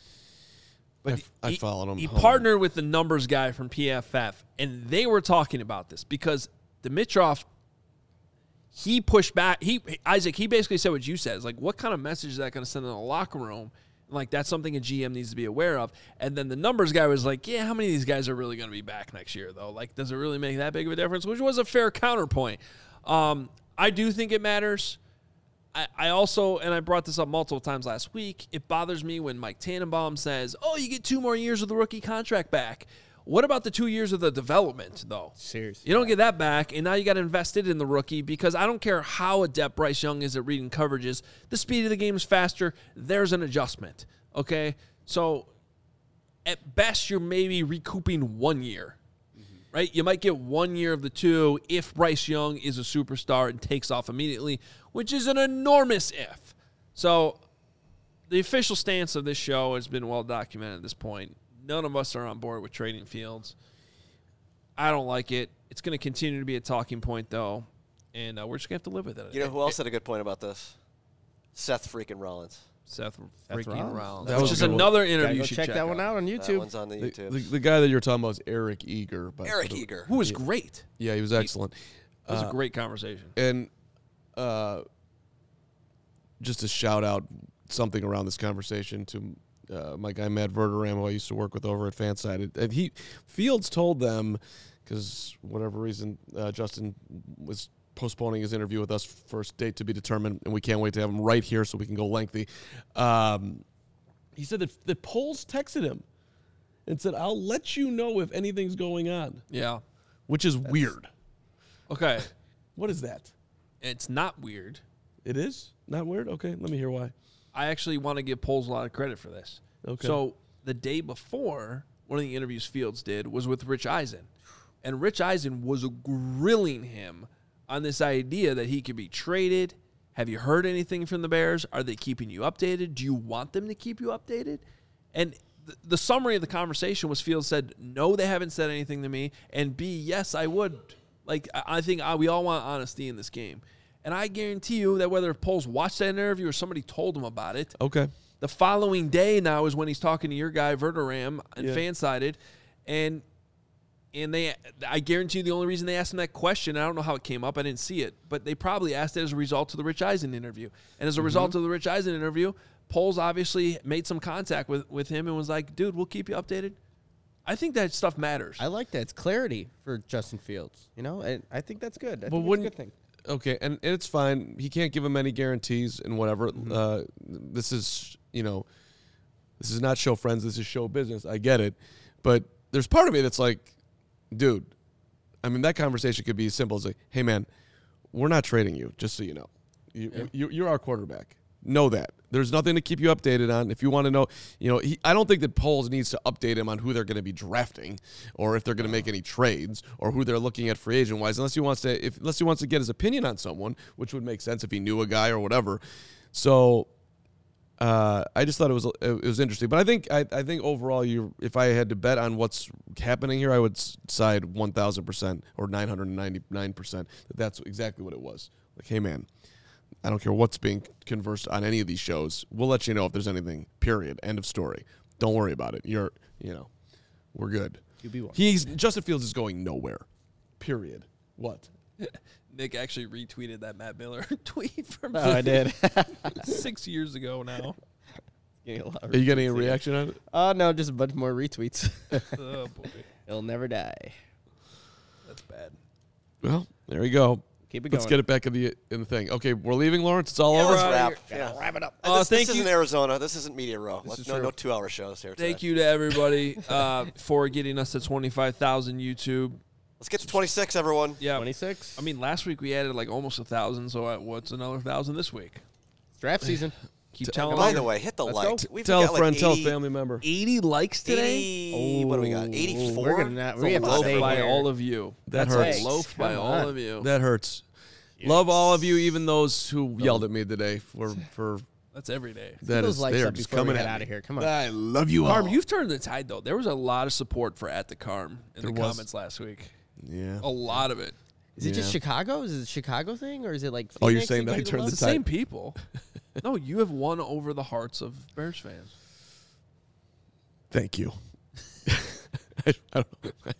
[SPEAKER 3] I, f- I
[SPEAKER 1] he-
[SPEAKER 3] followed him.
[SPEAKER 1] He
[SPEAKER 3] home.
[SPEAKER 1] partnered with the numbers guy from PFF, and they were talking about this because Dimitrov, he pushed back. He Isaac, he basically said what you said. It's like, what kind of message is that going to send in the locker room? And like that's something a GM needs to be aware of. And then the numbers guy was like, "Yeah, how many of these guys are really going to be back next year, though? Like, does it really make that big of a difference?" Which was a fair counterpoint. Um, I do think it matters. I, I also, and I brought this up multiple times last week, it bothers me when Mike Tannenbaum says, oh, you get two more years of the rookie contract back. What about the two years of the development, though?
[SPEAKER 2] Seriously.
[SPEAKER 1] You don't get that back, and now you got invested in the rookie because I don't care how adept Bryce Young is at reading coverages. The speed of the game is faster. There's an adjustment. Okay, so at best you're maybe recouping one year, right? You might get one year of the two if Bryce Young is a superstar and takes off immediately, which is an enormous if. So the official stance of this show has been well documented at this point. None of us are on board with trading fields. I don't like it. It's going to continue to be a talking point, though, and uh, we're just going to have to live with it. I
[SPEAKER 4] You know
[SPEAKER 1] think.
[SPEAKER 4] who else had a good point about this? Seth freaking Rollins.
[SPEAKER 1] Seth
[SPEAKER 2] Seth
[SPEAKER 1] freaking
[SPEAKER 2] Rollins.
[SPEAKER 1] Rollins.
[SPEAKER 3] That
[SPEAKER 1] Which
[SPEAKER 3] was a
[SPEAKER 1] is
[SPEAKER 3] good one.
[SPEAKER 1] another
[SPEAKER 2] Gotta
[SPEAKER 1] interview
[SPEAKER 2] go
[SPEAKER 1] you should
[SPEAKER 2] check that one out on
[SPEAKER 4] That
[SPEAKER 2] YouTube.
[SPEAKER 4] one's on the
[SPEAKER 3] The,
[SPEAKER 4] YouTube.
[SPEAKER 3] the, the guy that you're talking about is Eric Eager. but-
[SPEAKER 4] Eric Eager.
[SPEAKER 1] Who was great.
[SPEAKER 3] Yeah, he was excellent. Uh,
[SPEAKER 1] It was a great conversation.
[SPEAKER 3] and uh, just to shout out something around this conversation to uh, my guy Matt Verderam, who I used to work with over at Fansided, and he Fields told them because whatever reason uh, Justin was postponing his interview with us, first date to be determined, and we can't wait to have him right here so we can go lengthy. Um, he said that the polls texted him and said, "I'll let you know if anything's going on,"
[SPEAKER 1] Yeah.
[SPEAKER 3] which is weird. (laughs)
[SPEAKER 1] Okay.
[SPEAKER 3] What is that?
[SPEAKER 1] it's not weird.
[SPEAKER 3] It is not weird. Okay, let me hear why.
[SPEAKER 1] I actually want to give Poles a lot of credit for this.
[SPEAKER 3] Okay.
[SPEAKER 1] So the day before, one of the interviews Fields did was with Rich Eisen. And Rich Eisen was grilling him on this idea that he could be traded. Have you heard anything from the Bears? Are they keeping you updated? Do you want them to keep you updated? And th- the summary of the conversation was Fields said, No, they haven't said anything to me. And B, yes, I would. Like, I I think I, we all want honesty in this game. And I guarantee you that whether Poles watched that interview or somebody told him about it,
[SPEAKER 3] Okay.
[SPEAKER 1] the following day now is when he's talking to your guy Verderam and
[SPEAKER 3] Yeah.
[SPEAKER 1] Fansided, and and they I guarantee you the only reason they asked him that question I don't know how it came up I didn't see it but they probably asked it as a result of the Rich Eisen interview and as a result of the Rich Eisen interview Poles obviously made some contact with with him and was like dude we'll keep you updated I think that stuff matters
[SPEAKER 2] I like that. It's clarity for Justin Fields. You know, and I think that's good. I think it's a
[SPEAKER 3] wouldn't-
[SPEAKER 2] good thing.
[SPEAKER 3] Okay, and and it's fine. He can't give him any guarantees and whatever.
[SPEAKER 2] Mm-hmm.
[SPEAKER 3] Uh, this is you know, this is not show friends. This is show business. I get it, but there's part of me that's like, dude, I mean that conversation could be as simple as like, hey man, we're not trading you. Just so you know, you, you you're our quarterback. Know that. There's nothing to keep you updated on. If you want to know, you know, he, I don't think that Poles needs to update him on who they're going to be drafting, or if they're going to make any trades, or who they're looking at free agent wise. Unless he wants to, if unless he wants to get his opinion on someone, which would make sense if he knew a guy or whatever. So uh, I just thought it was it was interesting. But I think I, I think overall, you if I had to bet on what's happening here, I would s- side one thousand percent or nine hundred ninety nine percent that that's exactly what it was. Like, hey man, I don't care what's being conversed on any of these shows. We'll let you know if there's anything. Period. End of story. Don't worry about it. You're you know, we're good.
[SPEAKER 2] You'll be one.
[SPEAKER 3] He's Justin Fields is going nowhere. Period. What?
[SPEAKER 1] Nick actually retweeted that Matt Miller (laughs) tweet from
[SPEAKER 2] (laughs) Oh, I (laughs)
[SPEAKER 3] (laughs)
[SPEAKER 2] did.
[SPEAKER 1] (laughs) six years ago
[SPEAKER 2] (laughs)
[SPEAKER 1] now.
[SPEAKER 2] Getting a lot of
[SPEAKER 3] Are you getting a
[SPEAKER 2] retweets here.
[SPEAKER 3] reaction on it?
[SPEAKER 2] Oh no, just a bunch more
[SPEAKER 3] (laughs)
[SPEAKER 2] retweets. (laughs)
[SPEAKER 1] Oh boy,
[SPEAKER 2] It'll never die.
[SPEAKER 1] that's bad.
[SPEAKER 3] Well, there you go.
[SPEAKER 2] Keep it
[SPEAKER 3] Let's
[SPEAKER 2] going.
[SPEAKER 3] get it back in the in the thing. Okay, we're leaving, Lawrence. It's all
[SPEAKER 1] Yeah,
[SPEAKER 3] over.
[SPEAKER 1] we're
[SPEAKER 4] Let's
[SPEAKER 1] out
[SPEAKER 4] wrap.
[SPEAKER 1] of
[SPEAKER 4] Yeah.
[SPEAKER 2] Wrap it up.
[SPEAKER 4] And
[SPEAKER 1] Uh,
[SPEAKER 4] this,
[SPEAKER 1] thank
[SPEAKER 4] this
[SPEAKER 1] you.
[SPEAKER 4] isn't Arizona. This isn't Media Row. Let's-
[SPEAKER 1] is
[SPEAKER 4] no,
[SPEAKER 1] true.
[SPEAKER 4] no two-hour shows here.
[SPEAKER 1] Thank
[SPEAKER 4] today.
[SPEAKER 1] you to everybody uh, for getting us to 25,000 YouTube.
[SPEAKER 4] Let's get to 26, everyone.
[SPEAKER 1] Yeah.
[SPEAKER 2] Twenty six.
[SPEAKER 1] I mean, last week we added like almost a thousand, so uh, what's another thousand this week?
[SPEAKER 2] draft season.
[SPEAKER 1] Keep telling
[SPEAKER 4] By
[SPEAKER 1] all
[SPEAKER 4] the
[SPEAKER 1] your-
[SPEAKER 4] way, hit the
[SPEAKER 2] Let's
[SPEAKER 4] like.
[SPEAKER 2] go.
[SPEAKER 4] We've
[SPEAKER 3] Tell a
[SPEAKER 4] got like
[SPEAKER 3] friend, tell a
[SPEAKER 4] 80
[SPEAKER 3] family member.
[SPEAKER 1] 80 likes today?
[SPEAKER 4] 80 what do we got?
[SPEAKER 2] Ooh,
[SPEAKER 4] 84.
[SPEAKER 2] we're gonna not- we
[SPEAKER 4] It's a
[SPEAKER 2] have to
[SPEAKER 4] low
[SPEAKER 2] stay
[SPEAKER 4] for-
[SPEAKER 1] by
[SPEAKER 2] here.
[SPEAKER 1] all of you.
[SPEAKER 3] That
[SPEAKER 1] That's a
[SPEAKER 3] hurts.
[SPEAKER 1] loaf by
[SPEAKER 2] Come
[SPEAKER 1] all
[SPEAKER 2] on.
[SPEAKER 1] of you.
[SPEAKER 3] That hurts. Love all of you, even those who yelled at me today for for
[SPEAKER 1] That's every day.
[SPEAKER 3] (laughs) that
[SPEAKER 2] those
[SPEAKER 3] is
[SPEAKER 2] likes
[SPEAKER 3] they are
[SPEAKER 2] up
[SPEAKER 3] just
[SPEAKER 2] before we
[SPEAKER 3] coming
[SPEAKER 2] get
[SPEAKER 3] at
[SPEAKER 2] outta
[SPEAKER 3] me.
[SPEAKER 2] here. Come on.
[SPEAKER 3] I love you,
[SPEAKER 1] Carm,
[SPEAKER 3] all.
[SPEAKER 1] you've turned the tide though. There was a lot of support for at the Carm in the
[SPEAKER 3] There was.
[SPEAKER 1] comments last week.
[SPEAKER 3] yeah.
[SPEAKER 1] A lot of it.
[SPEAKER 2] Is it just
[SPEAKER 3] Yeah.
[SPEAKER 2] Chicago? Is it a Chicago thing or is it like?
[SPEAKER 3] Oh, you're
[SPEAKER 2] Phoenix
[SPEAKER 3] saying that I
[SPEAKER 2] people
[SPEAKER 3] turned
[SPEAKER 2] love?
[SPEAKER 1] It's the
[SPEAKER 3] tide-
[SPEAKER 1] same people. no, you have won over the hearts of Bears fans.
[SPEAKER 3] Thank you. (laughs) I, I don't (laughs) know.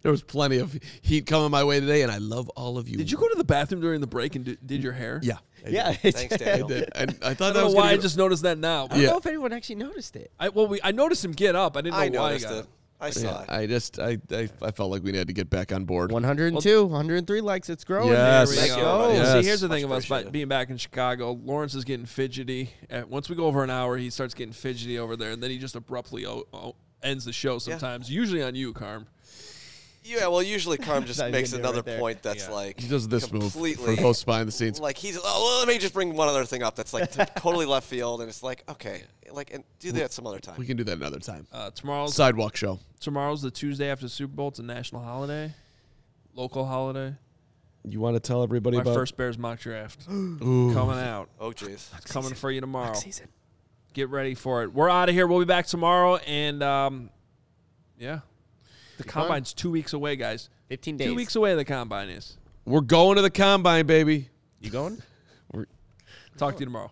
[SPEAKER 3] There was plenty of heat coming my way today, and I love all of you.
[SPEAKER 1] Did you go to the bathroom during the break and d- did your hair?
[SPEAKER 3] Yeah.
[SPEAKER 2] (laughs)
[SPEAKER 3] I
[SPEAKER 2] Yeah.
[SPEAKER 3] did.
[SPEAKER 2] it's-
[SPEAKER 4] Thanks,
[SPEAKER 2] I
[SPEAKER 3] I
[SPEAKER 4] Daniel.
[SPEAKER 3] did. I, I
[SPEAKER 1] I
[SPEAKER 3] thought that
[SPEAKER 1] don't
[SPEAKER 3] was
[SPEAKER 1] know
[SPEAKER 3] gonna
[SPEAKER 1] why I
[SPEAKER 3] be-
[SPEAKER 1] just noticed that now.
[SPEAKER 2] don't
[SPEAKER 3] Yeah.
[SPEAKER 2] know if anyone actually noticed it.
[SPEAKER 1] I, well, we, I noticed him get up. I didn't know
[SPEAKER 4] I
[SPEAKER 1] why he
[SPEAKER 4] noticed
[SPEAKER 1] got
[SPEAKER 4] it.
[SPEAKER 1] up.
[SPEAKER 4] I saw
[SPEAKER 3] Yeah,
[SPEAKER 4] it.
[SPEAKER 3] I just I, I I felt like we had to get back on board.
[SPEAKER 2] 102, 103 likes. It's growing.
[SPEAKER 3] Yes.
[SPEAKER 1] There we
[SPEAKER 2] Let's
[SPEAKER 4] Thank
[SPEAKER 1] go.
[SPEAKER 4] you,
[SPEAKER 2] go.
[SPEAKER 4] everybody.
[SPEAKER 1] See,
[SPEAKER 3] Oh, Yes.
[SPEAKER 1] here's the thing
[SPEAKER 4] Much
[SPEAKER 1] about sp-
[SPEAKER 4] appreciated.
[SPEAKER 1] being back in Chicago. Lawrence is getting fidgety. Uh, once we go over an hour, he starts getting fidgety over there, and then he just abruptly o- o- ends the show sometimes, usually on you, Carm.
[SPEAKER 4] Yeah, well, usually Carm just
[SPEAKER 2] Thought you
[SPEAKER 4] makes
[SPEAKER 2] could do it right
[SPEAKER 4] another
[SPEAKER 2] there.
[SPEAKER 4] point that's like
[SPEAKER 3] He does this move
[SPEAKER 4] completely
[SPEAKER 3] for host behind the scenes.
[SPEAKER 4] like he's. Oh, well, let me just bring one other thing up that's like t- totally left field, and it's like okay, like and do that some other
[SPEAKER 3] We
[SPEAKER 4] time.
[SPEAKER 3] can do that another time.
[SPEAKER 1] Uh, tomorrow's
[SPEAKER 3] Sidewalk show.
[SPEAKER 1] tomorrow's the Tuesday after the Super Bowl. It's a national holiday, local holiday.
[SPEAKER 3] You want to tell everybody
[SPEAKER 1] My
[SPEAKER 3] about
[SPEAKER 1] first Bears mock draft
[SPEAKER 3] Ooh.
[SPEAKER 1] coming out.
[SPEAKER 4] Oh jeez.
[SPEAKER 1] It's coming for you tomorrow.
[SPEAKER 2] Season.
[SPEAKER 1] Get ready for it. We're out of here. We'll be back tomorrow, and um, yeah, the combine's two weeks away, guys.
[SPEAKER 2] 15 days.
[SPEAKER 1] Two weeks away. The combine is.
[SPEAKER 3] We're going to the combine, baby.
[SPEAKER 2] You going?
[SPEAKER 1] Talk to you tomorrow.